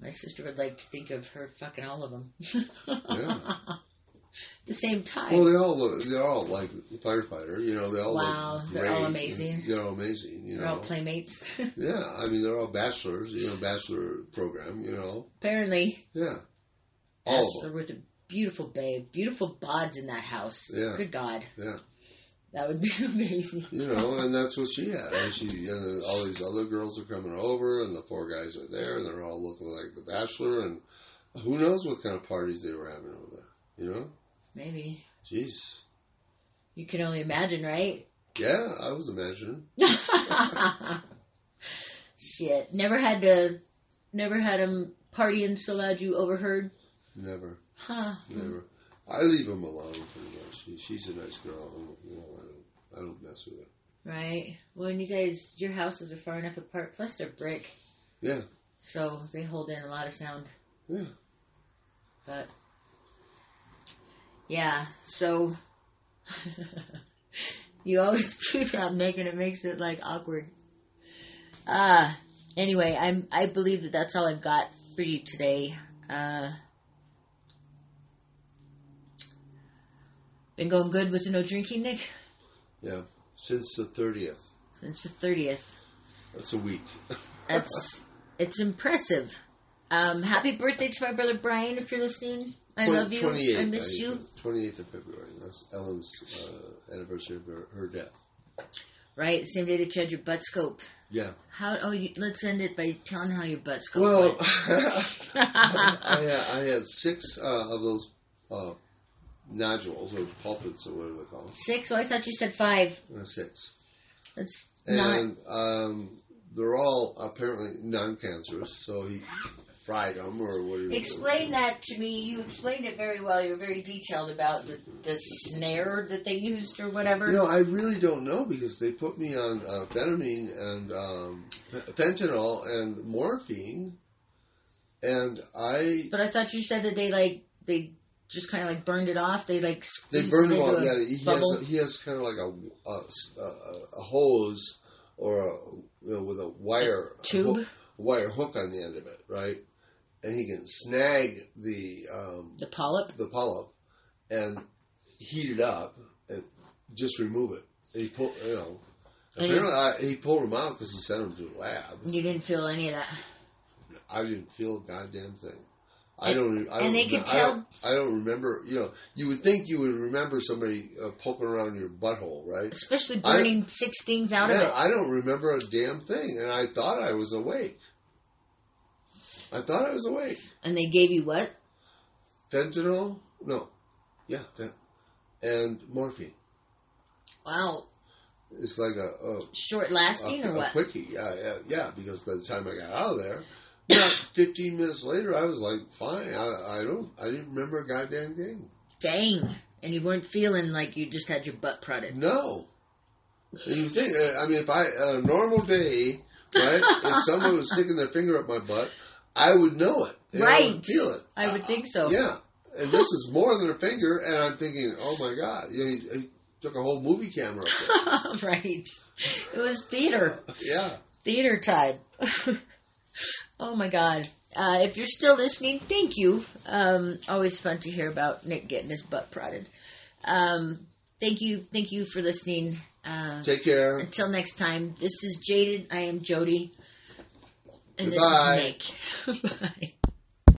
Speaker 1: My sister would like to think of her fucking all of them.
Speaker 2: Yeah.
Speaker 1: At the same time.
Speaker 2: Well, they all look, they're all like the firefighter. You know, they all
Speaker 1: Wow,
Speaker 2: look
Speaker 1: they're all
Speaker 2: great.
Speaker 1: amazing.
Speaker 2: They're all amazing. You
Speaker 1: They're
Speaker 2: know,
Speaker 1: all playmates.
Speaker 2: yeah. I mean, they're all bachelors. You know, bachelor program. You know,
Speaker 1: Apparently,
Speaker 2: yeah. All
Speaker 1: Bachelor
Speaker 2: of
Speaker 1: with a beautiful babe, beautiful bods in that house.
Speaker 2: Yeah.
Speaker 1: Good God.
Speaker 2: Yeah.
Speaker 1: That would be amazing.
Speaker 2: them. You know, and that's what she had. And she, and all these other girls are coming over, and the four guys are there, and they're all looking like the bachelor, and who knows what kind of parties they were having over there. You know,
Speaker 1: Maybe.
Speaker 2: jeez.
Speaker 1: You can only imagine, right?
Speaker 2: Yeah, I was imagining.
Speaker 1: Shit. Never had to, never had him partying so loud you overheard?
Speaker 2: Never.
Speaker 1: Huh.
Speaker 2: Never. I leave him alone pretty much. She, she's a nice girl. I don't, you know, I don't, I don't mess with her.
Speaker 1: Right. Well, and you guys, your houses are far enough apart, plus they're brick.
Speaker 2: Yeah.
Speaker 1: So they hold in a lot of sound.
Speaker 2: Yeah.
Speaker 1: But, yeah, so. you always do that, Nick, and it makes it, like, awkward. Uh, anyway, I'm, I believe that that's all I've got for you today. Uh, been going good with the no drinking, Nick,
Speaker 2: Since the thirtieth,
Speaker 1: since the 30th.
Speaker 2: that's a week.
Speaker 1: That's it's impressive. Um, happy birthday to my brother Brian if you're listening. I love you. I miss you.
Speaker 2: Twenty eighth of February. That's Ellen's uh, anniversary of her, her death.
Speaker 1: Right, same day that you had your butt scope.
Speaker 2: Yeah.
Speaker 1: How? Oh, you, let's end it by telling how your butt scope.
Speaker 2: Well,
Speaker 1: went.
Speaker 2: I, had, I had six uh, of those uh, nodules or pulpits or whatever they call
Speaker 1: six. Oh, I thought you said five.
Speaker 2: them. Uh, Six.
Speaker 1: That's not.
Speaker 2: and um, they're all apparently non-cancerous. So he fried them or what? do you-
Speaker 1: Explain that to me. You explained it very well. You were very detailed about the, the snare that they used or whatever.
Speaker 2: You know, I really don't know because they put me on uh, phenamine and um, f- fentanyl and morphine, and I
Speaker 1: But I thought you said that they like they just kind of like burned it off. They like
Speaker 2: they
Speaker 1: squeezed
Speaker 2: burned
Speaker 1: it
Speaker 2: him
Speaker 1: into
Speaker 2: all.
Speaker 1: a
Speaker 2: Yeah, he
Speaker 1: bubble.
Speaker 2: has he has kind of like a a, a- a hose or a you know, with a wire
Speaker 1: tube.
Speaker 2: hook- wire hook on the end of it, right? And he can snag the um,
Speaker 1: The polyp.
Speaker 2: the polyp and heat it up and just remove it. And he pulled, you know.
Speaker 1: And
Speaker 2: Apparently, I, he pulled him out because he sent him to the lab.
Speaker 1: You didn't feel any of that.
Speaker 2: I didn't feel a goddamn thing. I
Speaker 1: And-
Speaker 2: don't. I
Speaker 1: and
Speaker 2: don't
Speaker 1: they could
Speaker 2: remem- I don't, I don't remember. You know, you would think you would remember somebody uh, poking around your butthole, right?
Speaker 1: Especially
Speaker 2: I-
Speaker 1: burning six things out
Speaker 2: yeah,
Speaker 1: of it.
Speaker 2: I don't remember a damn thing, and I thought I was awake. I thought I was awake.
Speaker 1: And they gave you what?
Speaker 2: Fentanyl? No. Yeah. Fen- and morphine.
Speaker 1: Wow.
Speaker 2: It's like a, a
Speaker 1: Short lasting
Speaker 2: a,
Speaker 1: or
Speaker 2: a
Speaker 1: what?
Speaker 2: quickie, yeah, yeah, yeah. Because by the time I got out of there, not 15 minutes later, I was like, fine. I, I don't, I didn't remember a goddamn thing.
Speaker 1: Dang. And you weren't feeling like you just had your butt
Speaker 2: Uh,
Speaker 1: prodded.
Speaker 2: No. And you think? uh, I mean, if I on a normal day, right? if someone was sticking their finger up my butt, I would know it. and I
Speaker 1: Right.
Speaker 2: would feel it.
Speaker 1: I would think so.
Speaker 2: Yeah. And this is more than a finger, and I'm thinking, oh my god, you know, he, he took a whole movie camera. Up there.
Speaker 1: right. It was theater.
Speaker 2: yeah.
Speaker 1: Theater time. oh my god. Uh, if you're still listening, thank you. Um, always fun to hear about Nick getting his butt prodded. Um, thank you. Thank you for listening. Uh,
Speaker 2: Take care.
Speaker 1: Until next time, this is Jaded. I am Jody. And
Speaker 2: Goodbye.
Speaker 1: this is Nick. Bye.